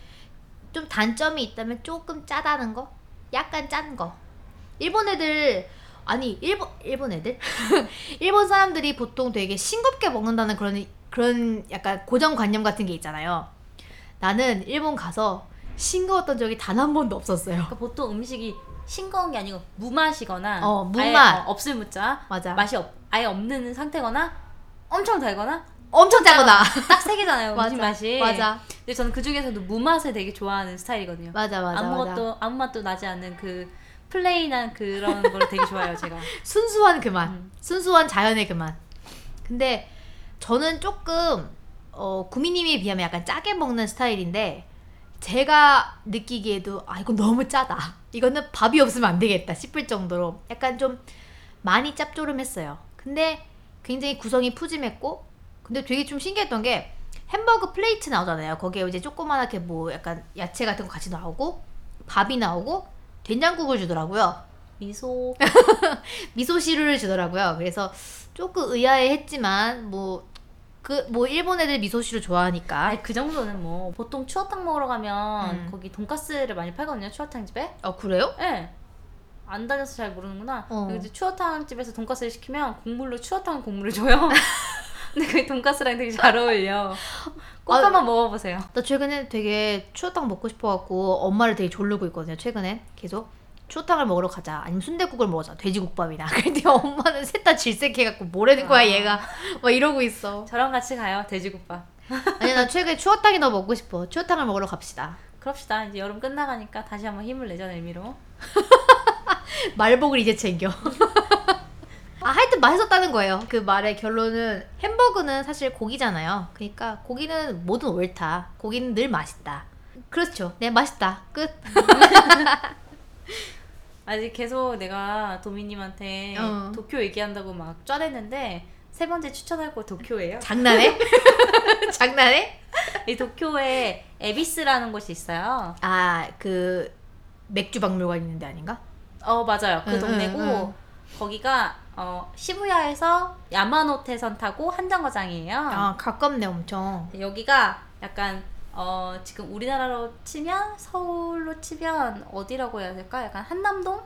[SPEAKER 2] 좀 단점이 있다면 조금 짜다는 거? 약간 짠 거. 일본 애들 아니 일본 일본 애들 일본 사람들이 보통 되게 싱겁게 먹는다는 그런 그런 약간 고정관념 같은 게 있잖아요. 나는 일본 가서 싱거웠던 적이 단 한 번도 없었어요.
[SPEAKER 1] 그러니까 보통 음식이 싱거운 게 아니고 무맛이거나
[SPEAKER 2] 어, 무맛.
[SPEAKER 1] 아예, 어, 없을 무자
[SPEAKER 2] 맞아.
[SPEAKER 1] 맛이 없, 아예 없는 상태거나 엄청 달거나
[SPEAKER 2] 엄청 짜거나.
[SPEAKER 1] 딱 세 개잖아요
[SPEAKER 2] 맞아.
[SPEAKER 1] 음식 맛이.
[SPEAKER 2] 맞아.
[SPEAKER 1] 근데 저는 그 중에서도 무맛을 되게 좋아하는 스타일이거든요.
[SPEAKER 2] 맞아 맞아
[SPEAKER 1] 아무것도
[SPEAKER 2] 맞아.
[SPEAKER 1] 아무 맛도 나지 않는 그 플레인한 그런 걸 되게 좋아해요 제가.
[SPEAKER 2] 순수한 그 맛.
[SPEAKER 1] 음.
[SPEAKER 2] 순수한 자연의 그만. 근데 저는 조금 어, 구미님에 비하면 약간 짜게 먹는 스타일인데 제가 느끼기에도 아 이건 너무 짜다. 이거는 밥이 없으면 안 되겠다 싶을 정도로 약간 좀 많이 짭조름했어요. 근데 굉장히 구성이 푸짐했고 근데 되게 좀 신기했던 게 햄버거 플레이트 나오잖아요. 거기에 이제 조그만하게 뭐 약간 야채 같은 거 같이 나오고 밥이 나오고 된장국을 주더라고요.
[SPEAKER 1] 미소
[SPEAKER 2] 아, 미소 시루를 주더라고요. 그래서 조금 의아해했지만 뭐 그 뭐 일본 애들 미소 시루 좋아하니까
[SPEAKER 1] 아니 그 정도는 뭐 보통 추어탕 먹으러 가면
[SPEAKER 2] 음.
[SPEAKER 1] 거기 돈가스를 많이 팔거든요 추어탕 집에
[SPEAKER 2] 어 그래요?
[SPEAKER 1] 예. 안 다녀서 잘 모르는구나.
[SPEAKER 2] 어.
[SPEAKER 1] 근데 이제 추어탕 집에서 돈가스를 시키면 국물로 추어탕 국물을 줘요. 근데 그게 돈가스랑 되게 잘 어울려. 꼭
[SPEAKER 2] 아,
[SPEAKER 1] 한번 먹어보세요.
[SPEAKER 2] 나 최근에 되게 추어탕 먹고 싶어갖고 엄마를 되게 졸르고 있거든요. 최근에 계속 추어탕을 먹으러 가자 아니면 순대국을 먹자 돼지국밥이나 그랬더니 엄마는 셋 다 질색해갖고 뭐라는 거야
[SPEAKER 1] 아.
[SPEAKER 2] 얘가 막 이러고 있어.
[SPEAKER 1] 저랑 같이 가요 돼지국밥.
[SPEAKER 2] 아니 나 최근에 추어탕이 너 먹고 싶어. 추어탕을 먹으러 갑시다.
[SPEAKER 1] 그럽시다. 이제 여름 끝나가니까 다시 한번 힘을 내자는 의미로.
[SPEAKER 2] 말복을 이제 챙겨. 아, 하여튼 맛있었다는 거예요. 그 말의 결론은 햄버거는 사실 고기잖아요. 그러니까 고기는 뭐든 옳다. 고기는 늘 맛있다. 그렇죠. 네, 맛있다. 끝.
[SPEAKER 1] 아직 계속 내가 도미님한테
[SPEAKER 2] 어.
[SPEAKER 1] 도쿄 얘기한다고 막 쩌냈는데 세 번째 추천할 곳 도쿄예요.
[SPEAKER 2] 장난해? 장난해?
[SPEAKER 1] 이 도쿄에 에비스라는 곳이 있어요.
[SPEAKER 2] 아, 그 맥주 박물관 있는데 아닌가?
[SPEAKER 1] 어 맞아요 그
[SPEAKER 2] 응,
[SPEAKER 1] 동네고
[SPEAKER 2] 응, 응.
[SPEAKER 1] 거기가 어, 시부야에서 야마노테선 타고 한 정거장이에요.
[SPEAKER 2] 아, 가깝네 엄청.
[SPEAKER 1] 여기가 약간 어, 지금 우리나라로 치면 서울로 치면 어디라고 해야 될까? 약간 한남동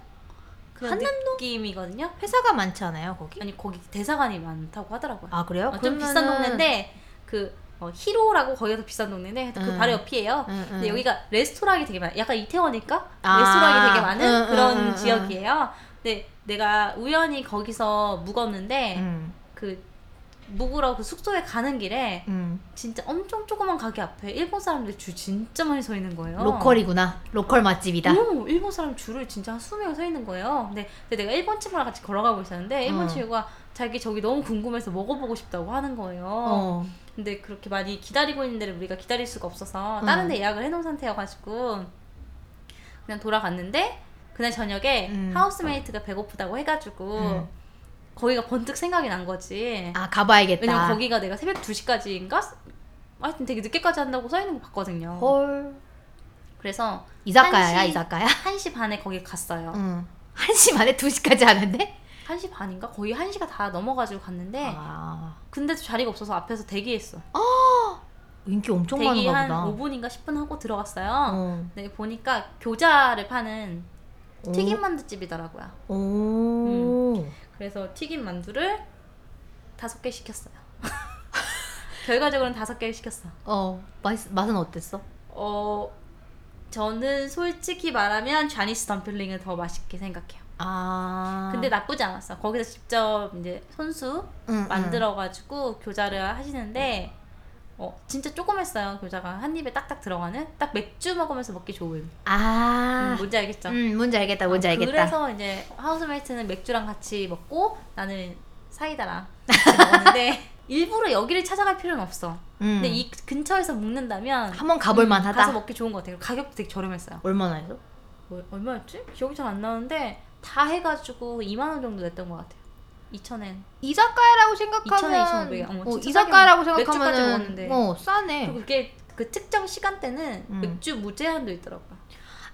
[SPEAKER 1] 그런
[SPEAKER 2] 한남동?
[SPEAKER 1] 느낌이거든요.
[SPEAKER 2] 회사가 많지 않아요, 거기?
[SPEAKER 1] 아니 거기 대사관이 많다고 하더라고요.
[SPEAKER 2] 아, 그래요?
[SPEAKER 1] 어, 좀 비싼
[SPEAKER 2] 그러면은-
[SPEAKER 1] 동네인데 그 어, 히로라고 거기가 더 비싼 동네인데 그
[SPEAKER 2] 응.
[SPEAKER 1] 바로 옆이에요.
[SPEAKER 2] 응, 응.
[SPEAKER 1] 근데 여기가 레스토랑이 되게 많아. 약간 이태원일까?
[SPEAKER 2] 아.
[SPEAKER 1] 레스토랑이 되게 많은
[SPEAKER 2] 응,
[SPEAKER 1] 그런
[SPEAKER 2] 응, 응, 응.
[SPEAKER 1] 지역이에요. 근데 내가 우연히 거기서 묵었는데
[SPEAKER 2] 음.
[SPEAKER 1] 그 묵으러 그 숙소에 가는 길에
[SPEAKER 2] 음.
[SPEAKER 1] 진짜 엄청 조그만 가게 앞에 일본 사람들 줄 진짜 많이 서 있는 거예요.
[SPEAKER 2] 로컬이구나. 로컬 맛집이다.
[SPEAKER 1] 오, 일본 사람 줄을 진짜 한 20명 서 있는 거예요. 근데, 근데 내가 일본 친구랑 같이 걸어가고 있었는데 일본
[SPEAKER 2] 어.
[SPEAKER 1] 친구가 자기 저기 너무 궁금해서 먹어보고 싶다고 하는 거예요.
[SPEAKER 2] 어.
[SPEAKER 1] 근데 그렇게 많이 기다리고 있는 데를 우리가 기다릴 수가 없어서 다른
[SPEAKER 2] 음.
[SPEAKER 1] 데 예약을 해놓은 상태여가지고 그냥 돌아갔는데 그날 저녁에
[SPEAKER 2] 음.
[SPEAKER 1] 하우스메이트가 배고프다고 해가지고
[SPEAKER 2] 음.
[SPEAKER 1] 거기가 번뜩 생각이 난 거지
[SPEAKER 2] 아, 가봐야겠다.
[SPEAKER 1] 왜냐면 거기가 내가 새벽 2시까지인가? 하여튼 되게 늦게까지 한다고 써있는 거 봤거든요
[SPEAKER 2] 헐.
[SPEAKER 1] 그래서
[SPEAKER 2] 이사카야야
[SPEAKER 1] 한시-
[SPEAKER 2] 이사카야?
[SPEAKER 1] 1시 반에 거기 갔어요
[SPEAKER 2] 응. 1시 반에 2시까지 하는데?
[SPEAKER 1] 1시 반인가? 거의 1시가 다 넘어가지고 갔는데
[SPEAKER 2] 아.
[SPEAKER 1] 근데도 자리가 없어서 앞에서 대기했어
[SPEAKER 2] 인기 엄청
[SPEAKER 1] 대기
[SPEAKER 2] 많은가
[SPEAKER 1] 한
[SPEAKER 2] 보다.
[SPEAKER 1] 5분인가 10분 하고 들어갔어요
[SPEAKER 2] 어.
[SPEAKER 1] 네, 보니까 교자를 파는
[SPEAKER 2] 오.
[SPEAKER 1] 튀김 만두집이더라고요.
[SPEAKER 2] 오.
[SPEAKER 1] 그래서 튀김 만두를 다섯 개 시켰어요. 결과적으로는 다섯 개 시켰어.
[SPEAKER 2] 어. 맛 맛은 어땠어?
[SPEAKER 1] 어, 저는 솔직히 말하면 쟈니스 덤플링을 더 맛있게 생각해요.
[SPEAKER 2] 아.
[SPEAKER 1] 근데 나쁘지 않았어. 거기서 직접 이제 손수
[SPEAKER 2] 응, 응. 음.
[SPEAKER 1] 만들어가지고 교자를 하시는데 어, 진짜 조금 했어요. 교자가 한 입에 딱딱 들어가는 딱 맥주 먹으면서 먹기 좋은. 음,
[SPEAKER 2] 아.
[SPEAKER 1] 뭔지 알겠죠?
[SPEAKER 2] 음, 뭔지 알겠다. 뭔지
[SPEAKER 1] 아,
[SPEAKER 2] 알겠다.
[SPEAKER 1] 그래서 이제 하우스메이트는 맥주랑 같이 먹고 나는 사이다랑 같이 먹었는데 일부러 여기를 찾아갈 필요는 없어. 근데 이 근처에서 먹는다면
[SPEAKER 2] 음. 한번 음, 가볼 만하다.
[SPEAKER 1] 가서 먹기 좋은 것 같아요. 가격도 되게 저렴했어요.
[SPEAKER 2] 얼마나 해서?
[SPEAKER 1] 뭐, 얼마였지? 기억이 잘 안 나는데 다 해가지고 2만 원 정도 냈던 것 같아요. 2천엔.
[SPEAKER 2] 이자카야라고
[SPEAKER 1] 2,000원,
[SPEAKER 2] 생각하면
[SPEAKER 1] 2,500원. 어머,
[SPEAKER 2] 어,
[SPEAKER 1] 진짜
[SPEAKER 2] 이자카야라고
[SPEAKER 1] 싸긴 하네. 맥주까지
[SPEAKER 2] 생각하면
[SPEAKER 1] 먹었는데.
[SPEAKER 2] 어 싸네.
[SPEAKER 1] 그리고 그게 그 특정 시간대는
[SPEAKER 2] 음.
[SPEAKER 1] 맥주 무제한도 있더라고요.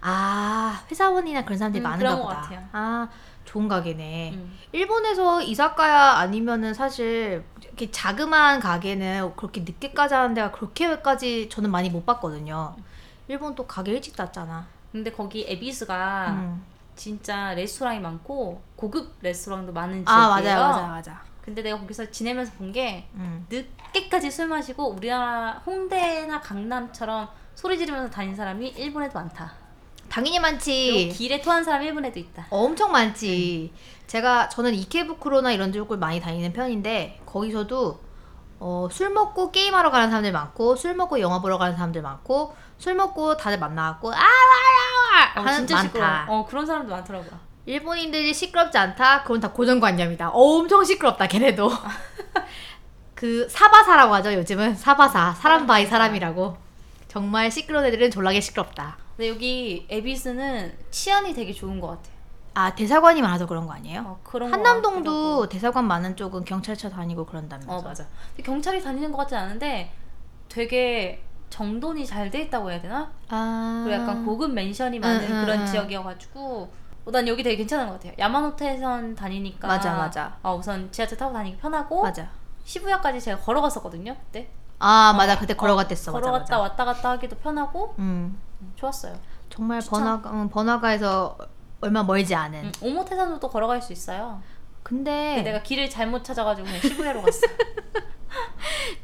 [SPEAKER 2] 아 회사원이나 그런 사람들이
[SPEAKER 1] 음,
[SPEAKER 2] 많은가
[SPEAKER 1] 그런 것
[SPEAKER 2] 보다.
[SPEAKER 1] 같아요.
[SPEAKER 2] 아 좋은 가게네.
[SPEAKER 1] 음.
[SPEAKER 2] 일본에서 이사카야 아니면은 사실 이렇게 자그마한 가게는 그렇게 늦게까지 하는 데가 그렇게까지 저는 많이 못 봤거든요. 일본 또 가게 일찍 닫잖아.
[SPEAKER 1] 근데 거기 에비스가
[SPEAKER 2] 음.
[SPEAKER 1] 진짜 레스토랑이 많고 고급 레스토랑도 많은 지역이에요.
[SPEAKER 2] 아 맞아요 맞아요 맞아.
[SPEAKER 1] 근데 내가 거기서 지내면서 본 게
[SPEAKER 2] 음.
[SPEAKER 1] 늦게까지 술 마시고 우리나라 홍대나 강남처럼 소리 지르면서 다닌 사람이 일본에도 많다.
[SPEAKER 2] 당연히
[SPEAKER 1] 그리고
[SPEAKER 2] 많지.
[SPEAKER 1] 길에 토한 사람 일본에도 있다.
[SPEAKER 2] 엄청 많지.
[SPEAKER 1] 음.
[SPEAKER 2] 제가 저는 이케부쿠로나 이런 쪽을 많이 다니는 편인데 거기서도 어, 술 먹고 게임하러 가는 사람들 많고 술 먹고 영화 보러 가는 사람들 많고 술 먹고 다들 만나갖고 "아, 아와와와
[SPEAKER 1] 어,
[SPEAKER 2] 하는
[SPEAKER 1] 진짜 시끄러.
[SPEAKER 2] 많다.
[SPEAKER 1] 워 어, 그런 사람도 많더라고요.
[SPEAKER 2] 일본인들이 시끄럽지 않다? 그건 다 고정관념이다. 어, 엄청 시끄럽다, 걔네도. 그 사바사라고 하죠, 요즘은. 사바사. 사람 바이 사람이라고. 정말 시끄러운 애들은 졸라게 시끄럽다.
[SPEAKER 1] 근데 여기 에비스는 치안이 되게 좋은 것 같아.
[SPEAKER 2] 아, 대사관이 많아서 그런 거 아니에요?
[SPEAKER 1] 어, 그런 것 같더라고.
[SPEAKER 2] 한남동도 대사관 많은 쪽은 경찰차 다니고 그런다면서.
[SPEAKER 1] 어 맞아. 근데 경찰이 다니는 것 같지 않은데 되게 정돈이 잘 돼 있다고 해야 되나?
[SPEAKER 2] 아.
[SPEAKER 1] 그리고 약간 고급 맨션이 많은
[SPEAKER 2] 응, 응,
[SPEAKER 1] 그런
[SPEAKER 2] 응.
[SPEAKER 1] 지역이어가지고 어, 난 여기 되게 괜찮은 것 같아요. 야마노테선 다니니까
[SPEAKER 2] 맞아, 맞아.
[SPEAKER 1] 어, 우선 지하철 타고 다니기 편하고
[SPEAKER 2] 맞아.
[SPEAKER 1] 시부야까지 제가 걸어갔었거든요 그때
[SPEAKER 2] 아, 맞아. 그때 걸어갔댔어. 맞아,
[SPEAKER 1] 걸어갔다
[SPEAKER 2] 맞아.
[SPEAKER 1] 왔다 갔다 하기도 편하고
[SPEAKER 2] 음.
[SPEAKER 1] 음, 좋았어요.
[SPEAKER 2] 정말
[SPEAKER 1] 추천.
[SPEAKER 2] 번화가, 음, 번화가에서 얼마 멀지 않은.
[SPEAKER 1] 음, 오모테산도 또 걸어갈 수 있어요.
[SPEAKER 2] 근데
[SPEAKER 1] 내가 길을 잘못 찾아가지고 그냥 시부야로 갔어.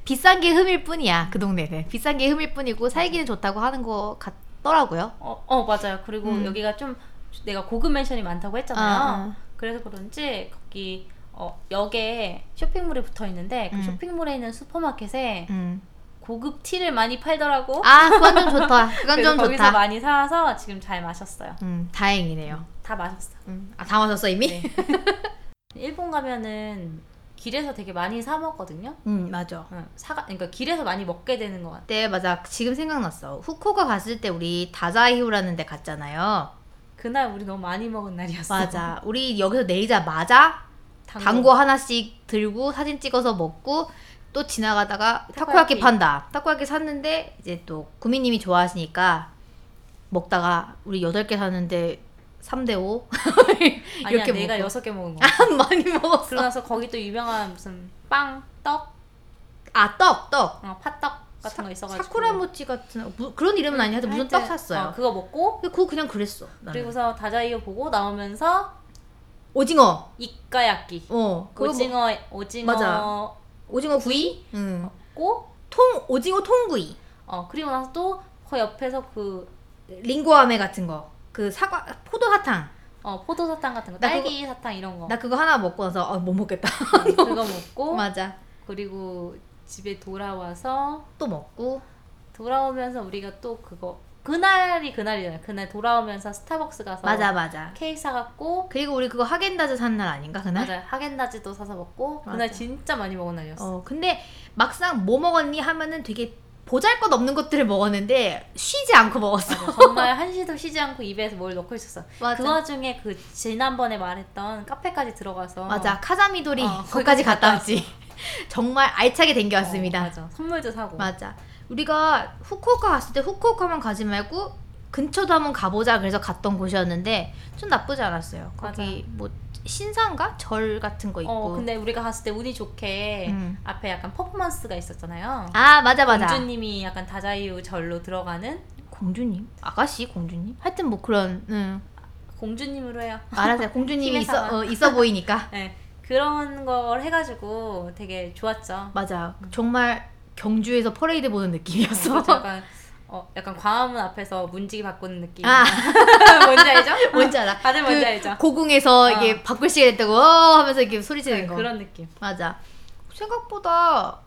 [SPEAKER 2] 비싼 게 흠일 뿐이야 그 동네는 비싼 게 흠일 뿐이고 살기는 좋다고 하는 것 같더라고요.
[SPEAKER 1] 어, 어 맞아요. 그리고
[SPEAKER 2] 음.
[SPEAKER 1] 여기가 좀 내가 고급 맨션이 많다고 했잖아요.
[SPEAKER 2] 아, 아.
[SPEAKER 1] 그래서 그런지 거기 어, 역에 쇼핑몰이 붙어 있는데 그
[SPEAKER 2] 음.
[SPEAKER 1] 쇼핑몰에 있는 슈퍼마켓에
[SPEAKER 2] 음.
[SPEAKER 1] 고급 티를 많이 팔더라고.
[SPEAKER 2] 아 그건 좀 좋다. 그건
[SPEAKER 1] 어? 그래서
[SPEAKER 2] 좀
[SPEAKER 1] 거기서
[SPEAKER 2] 좋다.
[SPEAKER 1] 많이 사와서 지금 잘 마셨어요.
[SPEAKER 2] 음 다행이네요.
[SPEAKER 1] 다 마셨어.
[SPEAKER 2] 음. 아다 마셨어 이미?
[SPEAKER 1] 네. 일본 가면은 길에서 되게 많이 사 먹거든요.
[SPEAKER 2] 음 맞아.
[SPEAKER 1] 응, 사가 그러니까 길에서 많이 먹게 되는 것 같아.
[SPEAKER 2] 그때 맞아 지금 생각났어. 후쿠오카 갔을 때 우리 다자이후라는 데 갔잖아요.
[SPEAKER 1] 그날 우리 너무 많이 먹은 날이었어.
[SPEAKER 2] 맞아. 우리 여기서 내리자마자
[SPEAKER 1] 당고.
[SPEAKER 2] 당고 하나씩 들고 사진 찍어서 먹고 또 지나가다가 타코야키
[SPEAKER 1] 타코야키.
[SPEAKER 2] 판다. 타코야키 샀는데 이제 또 구미님이 좋아하시니까 먹다가 우리 여덟 개 샀는데 3대 5
[SPEAKER 1] 아니야
[SPEAKER 2] 이렇게
[SPEAKER 1] 내가
[SPEAKER 2] 먹고.
[SPEAKER 1] 여섯 개 먹은 거.
[SPEAKER 2] 아, 많이 먹었어.
[SPEAKER 1] 그러면서 거기 또 유명한 무슨 빵, 떡,
[SPEAKER 2] 아, 떡, 떡.
[SPEAKER 1] 어, 팥떡 같은 거 있어가지고
[SPEAKER 2] 사쿠라 모찌 같은 무, 그런 이름은 아니야. 하여튼 무슨 떡
[SPEAKER 1] 하여튼,
[SPEAKER 2] 샀어요.
[SPEAKER 1] 어, 그거 먹고
[SPEAKER 2] 근데 그거 그냥 그랬어. 나는.
[SPEAKER 1] 그리고서 다자이어 보고 나오면서
[SPEAKER 2] 오징어.
[SPEAKER 1] 이까야끼
[SPEAKER 2] 어. 그거 뭐-
[SPEAKER 1] 오징어 오징어
[SPEAKER 2] 맞아. 오징어 구이? 응.
[SPEAKER 1] 먹고
[SPEAKER 2] 통 오징어 통구이.
[SPEAKER 1] 어 그리고 나서 또 그 옆에서 그
[SPEAKER 2] 링고아메 같은 거. 그 사과 포도 사탕.
[SPEAKER 1] 어, 포도 사탕 같은 거
[SPEAKER 2] 나 그거-
[SPEAKER 1] 딸기 사탕 이런 거
[SPEAKER 2] 나 그거 하나 먹고 나서 아, 못 먹겠다.
[SPEAKER 1] 어, 그거 먹고
[SPEAKER 2] 맞아.
[SPEAKER 1] 그리고 집에 돌아와서
[SPEAKER 2] 또 먹고.
[SPEAKER 1] 돌아오면서 우리가 또 그거 그날이 그날이잖아 그날 돌아오면서 스타벅스 가서
[SPEAKER 2] 맞아, 맞아.
[SPEAKER 1] 케이크 사갖고
[SPEAKER 2] 그리고 우리 그거 하겐다즈 산 날 아닌가 그날?
[SPEAKER 1] 맞아 하겐다즈도 사서 먹고 그날
[SPEAKER 2] 네? 맞아.
[SPEAKER 1] 진짜 많이 먹은 날이었어
[SPEAKER 2] 어, 근데 막상 뭐 먹었니 하면은 되게 보잘것없는 것들을 먹었는데 쉬지 않고 먹었어.
[SPEAKER 1] 맞아, 정말 한시도 쉬지 않고 입에서 뭘 넣고 있었어
[SPEAKER 2] 맞아.
[SPEAKER 1] 그 와중에 그 지난번에 말했던 카페까지 들어가서
[SPEAKER 2] 맞아. 카자미도리
[SPEAKER 1] 어,
[SPEAKER 2] 거기까지
[SPEAKER 1] 거기까지
[SPEAKER 2] 갔다
[SPEAKER 1] 갔다
[SPEAKER 2] 왔지. 정말 알차게
[SPEAKER 1] 어,
[SPEAKER 2] 댕겨왔습니다.
[SPEAKER 1] 맞아. 선물도 사고
[SPEAKER 2] 맞아. 우리가 후쿠오카 갔을 때 후쿠오카만 가지 말고 근처도 한번 가보자 그래서 갔던 곳이었는데 좀 나쁘지 않았어요. 거기 뭐 신사인가 절 같은 거 있고.
[SPEAKER 1] 어 근데 우리가 갔을 때 운이 좋게
[SPEAKER 2] 음.
[SPEAKER 1] 앞에 약간 퍼포먼스가 있었잖아요
[SPEAKER 2] 아 맞아 맞아.
[SPEAKER 1] 공주님이 약간 다자이유 절로 들어가는
[SPEAKER 2] 공주님? 아가씨 공주님? 하여튼 뭐 그런 응.
[SPEAKER 1] 공주님으로 해요
[SPEAKER 2] 알았어요. 공주님이
[SPEAKER 1] 힘의
[SPEAKER 2] 있어
[SPEAKER 1] 음. 상황.
[SPEAKER 2] 어, 있어 보이니까.
[SPEAKER 1] 네, 그런 걸 해가지고 되게 좋았죠
[SPEAKER 2] 맞아. 음. 정말 경주에서 퍼레이드
[SPEAKER 1] 어,
[SPEAKER 2] 보는
[SPEAKER 1] 그래서
[SPEAKER 2] 느낌이었어.
[SPEAKER 1] 약간 어, 약간 광화문 앞에서 문지기 바꾸는 느낌
[SPEAKER 2] 아
[SPEAKER 1] 뭔지 알죠?
[SPEAKER 2] 뭔지 알아.
[SPEAKER 1] 다들 뭔지
[SPEAKER 2] 그
[SPEAKER 1] 알죠?
[SPEAKER 2] 고궁에서
[SPEAKER 1] 어.
[SPEAKER 2] 이게 바꿀 시간 됐다고 어 하면서 이렇게 소리 지르는
[SPEAKER 1] 네,
[SPEAKER 2] 거.
[SPEAKER 1] 그런 느낌
[SPEAKER 2] 맞아. 생각보다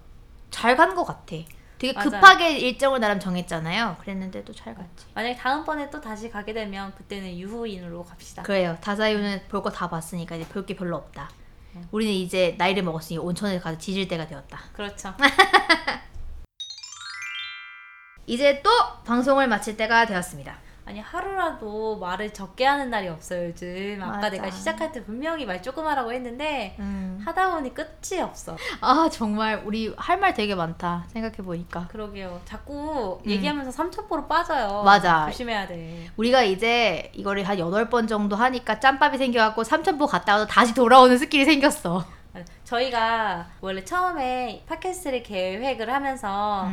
[SPEAKER 2] 잘 간 것 같아. 되게
[SPEAKER 1] 맞아요.
[SPEAKER 2] 급하게 일정을 나름 정했잖아요. 그랬는데도 잘 갔지.
[SPEAKER 1] 만약에 다음번에 또 다시 가게 되면 그때는 유후인으로 갑시다
[SPEAKER 2] 그래요. 다사유는 볼 거 다 봤으니까 이제 볼 게 별로 없다.
[SPEAKER 1] 음.
[SPEAKER 2] 우리는 이제 나이를 먹었으니 온천에 가서 지질 때가 되었다.
[SPEAKER 1] 그렇죠.
[SPEAKER 2] 아. 이제 또 방송을 마칠 때가 되었습니다.
[SPEAKER 1] 아니 하루라도 말을 적게 하는 날이 없어요 요즘. 아까
[SPEAKER 2] 맞아.
[SPEAKER 1] 내가 시작할 때 분명히 말 조금 하라고 했는데 하다 보니 끝이 없어.
[SPEAKER 2] 아 정말 우리 할 말 되게 많다 생각해 보니까
[SPEAKER 1] 그러게요. 자꾸
[SPEAKER 2] 음.
[SPEAKER 1] 얘기하면서 삼천포로 빠져요.
[SPEAKER 2] 맞아.
[SPEAKER 1] 조심해야 돼.
[SPEAKER 2] 우리가 이제 이거를 한 여덟 번 정도 하니까 짬밥이 생겨갖고 삼천포 갔다 와서 다시 돌아오는 스킬이 생겼어.
[SPEAKER 1] 맞아. 저희가 원래 처음에 팟캐스트를 계획을 하면서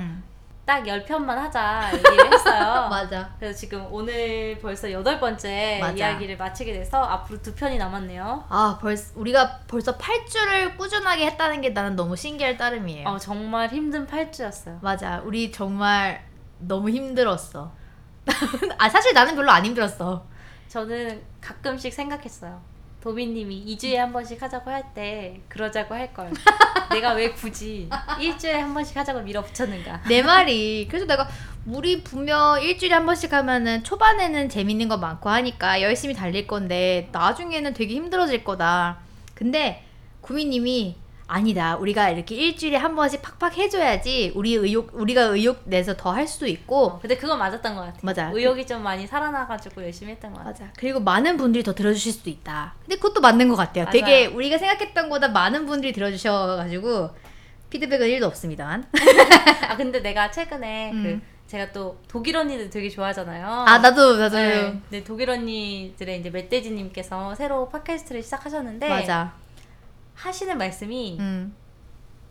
[SPEAKER 1] 딱 10편만 하자 얘기를 했어요.
[SPEAKER 2] 음. 맞아.
[SPEAKER 1] 그래서 지금 오늘 벌써 여덟 번째
[SPEAKER 2] 맞아.
[SPEAKER 1] 이야기를 마치게 돼서 앞으로 두 편이 남았네요.
[SPEAKER 2] 아 벌써 우리가 벌써 팔 주를 꾸준하게 했다는 게 나는 너무 신기할 따름이에요.
[SPEAKER 1] 어, 정말 힘든 팔주였어요.
[SPEAKER 2] 맞아 우리 정말 너무 힘들었어. 아 사실 나는 별로 안 힘들었어.
[SPEAKER 1] 저는 가끔씩 생각했어요. 도비님이 2주에 한 번씩 하자고 할 때 그러자고 할 걸. 내가 왜 굳이 1주에 한 번씩 하자고 밀어붙였는가.
[SPEAKER 2] 내 말이 네 그래서 내가 우리 분명 일주일에 한 번씩 하면은 초반에는 재밌는 거 많고 하니까 열심히 달릴 건데 나중에는 되게 힘들어질 거다 근데 구미님이 아니다 우리가 이렇게 일주일에 한 번씩 팍팍 해줘야지 우리 의욕 우리가 의욕 내서 더 할 수도 있고
[SPEAKER 1] 어, 근데 그건 맞았던 것 같아요.
[SPEAKER 2] 맞아.
[SPEAKER 1] 의욕이 좀 많이 살아나가지고 열심히 했던 것 같아요.
[SPEAKER 2] 맞아 그리고 많은 분들이 더 들어주실 수도 있다 근데 그것도 맞는 것 같아요 되게 우리가 생각했던 거보다 많은 분들이 들어주셔가지고 피드백은 1도 없습니다만
[SPEAKER 1] 아 근데 내가 최근에
[SPEAKER 2] 음.
[SPEAKER 1] 그 제가 또 독일 언니들 되게 좋아하잖아요.
[SPEAKER 2] 아 나도 나도
[SPEAKER 1] 네, 네, 독일 언니들의 이제 멧돼지님께서 새로 팟캐스트를
[SPEAKER 2] 네.
[SPEAKER 1] 시작하셨는데
[SPEAKER 2] 맞아
[SPEAKER 1] 하시는 말씀이
[SPEAKER 2] 음.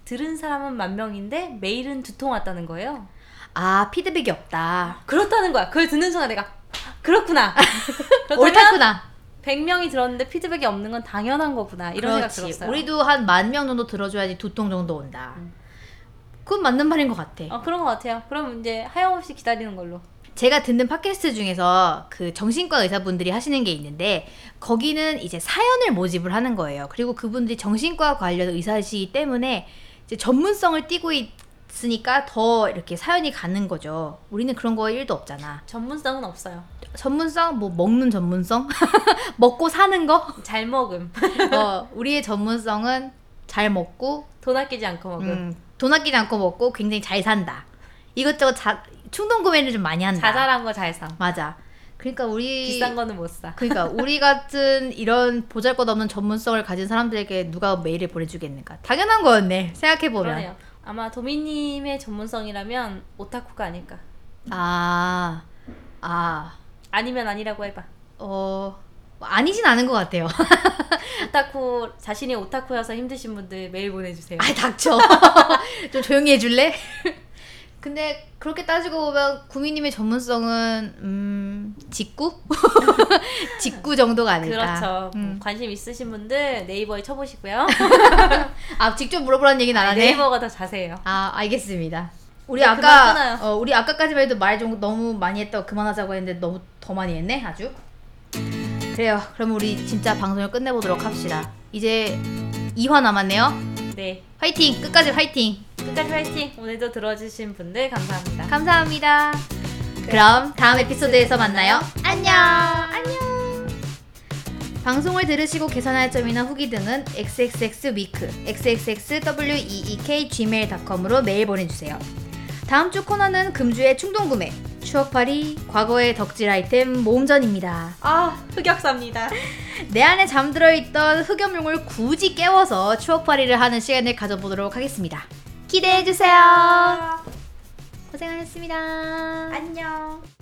[SPEAKER 1] 들은 사람은 만 명인데 메일은 두 통 왔다는 거예요.
[SPEAKER 2] 아 피드백이 없다
[SPEAKER 1] 그렇다는 거야. 그걸 듣는 순간 내가 "아, 그렇구나. 그렇다면
[SPEAKER 2] 옳다구나
[SPEAKER 1] 100명이 들었는데 피드백이 없는 건 당연한 거구나. 이런 생각 들었어요.
[SPEAKER 2] 우리도 한 만 명 정도 들어줘야지 두 통 정도 온다
[SPEAKER 1] 음.
[SPEAKER 2] 그건 맞는 말인 것 같아
[SPEAKER 1] 어, 그런 것 같아요. 그럼 이제 하염없이 기다리는 걸로.
[SPEAKER 2] 제가 듣는 팟캐스트 중에서 그 정신과 의사분들이 하시는 게 있는데 거기는 이제 사연을 모집을 하는 거예요 그리고 그분들이 정신과 관련 의사시기 때문에 이제 전문성을 띠고 있으니까 더 이렇게 사연이 가는 거죠 우리는 그런 거 1도 없잖아
[SPEAKER 1] 전문성은 없어요.
[SPEAKER 2] 전문성 뭐 먹는 전문성 먹고 사는 거
[SPEAKER 1] 잘 먹음.
[SPEAKER 2] 어, 우리의 전문성은 잘 먹고
[SPEAKER 1] 돈 아끼지 않고 먹음.
[SPEAKER 2] 음, 돈 아끼지 않고 먹고 굉장히 잘 산다. 이것저것 자, 충동 구매를 좀 많이 한다.
[SPEAKER 1] 자잘한 거 잘 사.
[SPEAKER 2] 맞아. 그러니까 우리
[SPEAKER 1] 비싼 거는 못 사.
[SPEAKER 2] 그러니까 우리 같은 이런 보잘것없는 전문성을 가진 사람들에게 누가 메일을 보내주겠는가? 당연한 거였네. 생각해 보면.
[SPEAKER 1] 그러네요. 아마 도미님의 전문성이라면 오타쿠가 아닐까.
[SPEAKER 2] 아, 아,
[SPEAKER 1] 아니면 아니라고 해봐.
[SPEAKER 2] 어, 아니진 않은 것 같아요.
[SPEAKER 1] 오타쿠 자신이 오타쿠여서 힘드신 분들 메일 보내주세요.
[SPEAKER 2] 아 닥쳐 좀 조용히 해줄래? 근데 그렇게 따지고 보면 구미님의 전문성은 음 직구 직구 정도가 아닐까.
[SPEAKER 1] 그렇죠.
[SPEAKER 2] 음.
[SPEAKER 1] 관심 있으신 분들 네이버에 쳐보시고요.
[SPEAKER 2] 아 직접 물어보라는 얘기는 안 하네.
[SPEAKER 1] 네이버가 더 자세해요.
[SPEAKER 2] 아 알겠습니다. 우리
[SPEAKER 1] 네, 그만
[SPEAKER 2] 아까
[SPEAKER 1] 끊어요.
[SPEAKER 2] 어, 우리 아까까지만 해도 말 좀 너무 많이 했다고 그만하자고 했는데 너무 더 많이 했네 아주. 그래요. 그럼 우리 진짜 방송을 끝내보도록 합시다. 이제 2화 남았네요.
[SPEAKER 1] 네.
[SPEAKER 2] 화이팅 끝까지 화이팅.
[SPEAKER 1] 끝까지 화이팅! 오늘도 들어주신 분들 감사합니다.
[SPEAKER 2] 감사합니다. 그럼 다음 에피소드에서 만나요. 안녕. 안녕. 방송을 들으시고 개선할 점이나 후기 등은 xxxweek xxxweekgmail.com으로 메일 보내주세요. 다음 주 코너는 금주의 충동 구매, 추억팔이, 과거의 덕질 아이템 모음전입니다.
[SPEAKER 1] 아, 흑역사입니다.
[SPEAKER 2] 내 안에 잠들어 있던 흑염룡을 굳이 깨워서 추억팔이를 하는 시간을 가져보도록 하겠습니다. 기대해 주세요. 고생하셨습니다.
[SPEAKER 1] 안녕.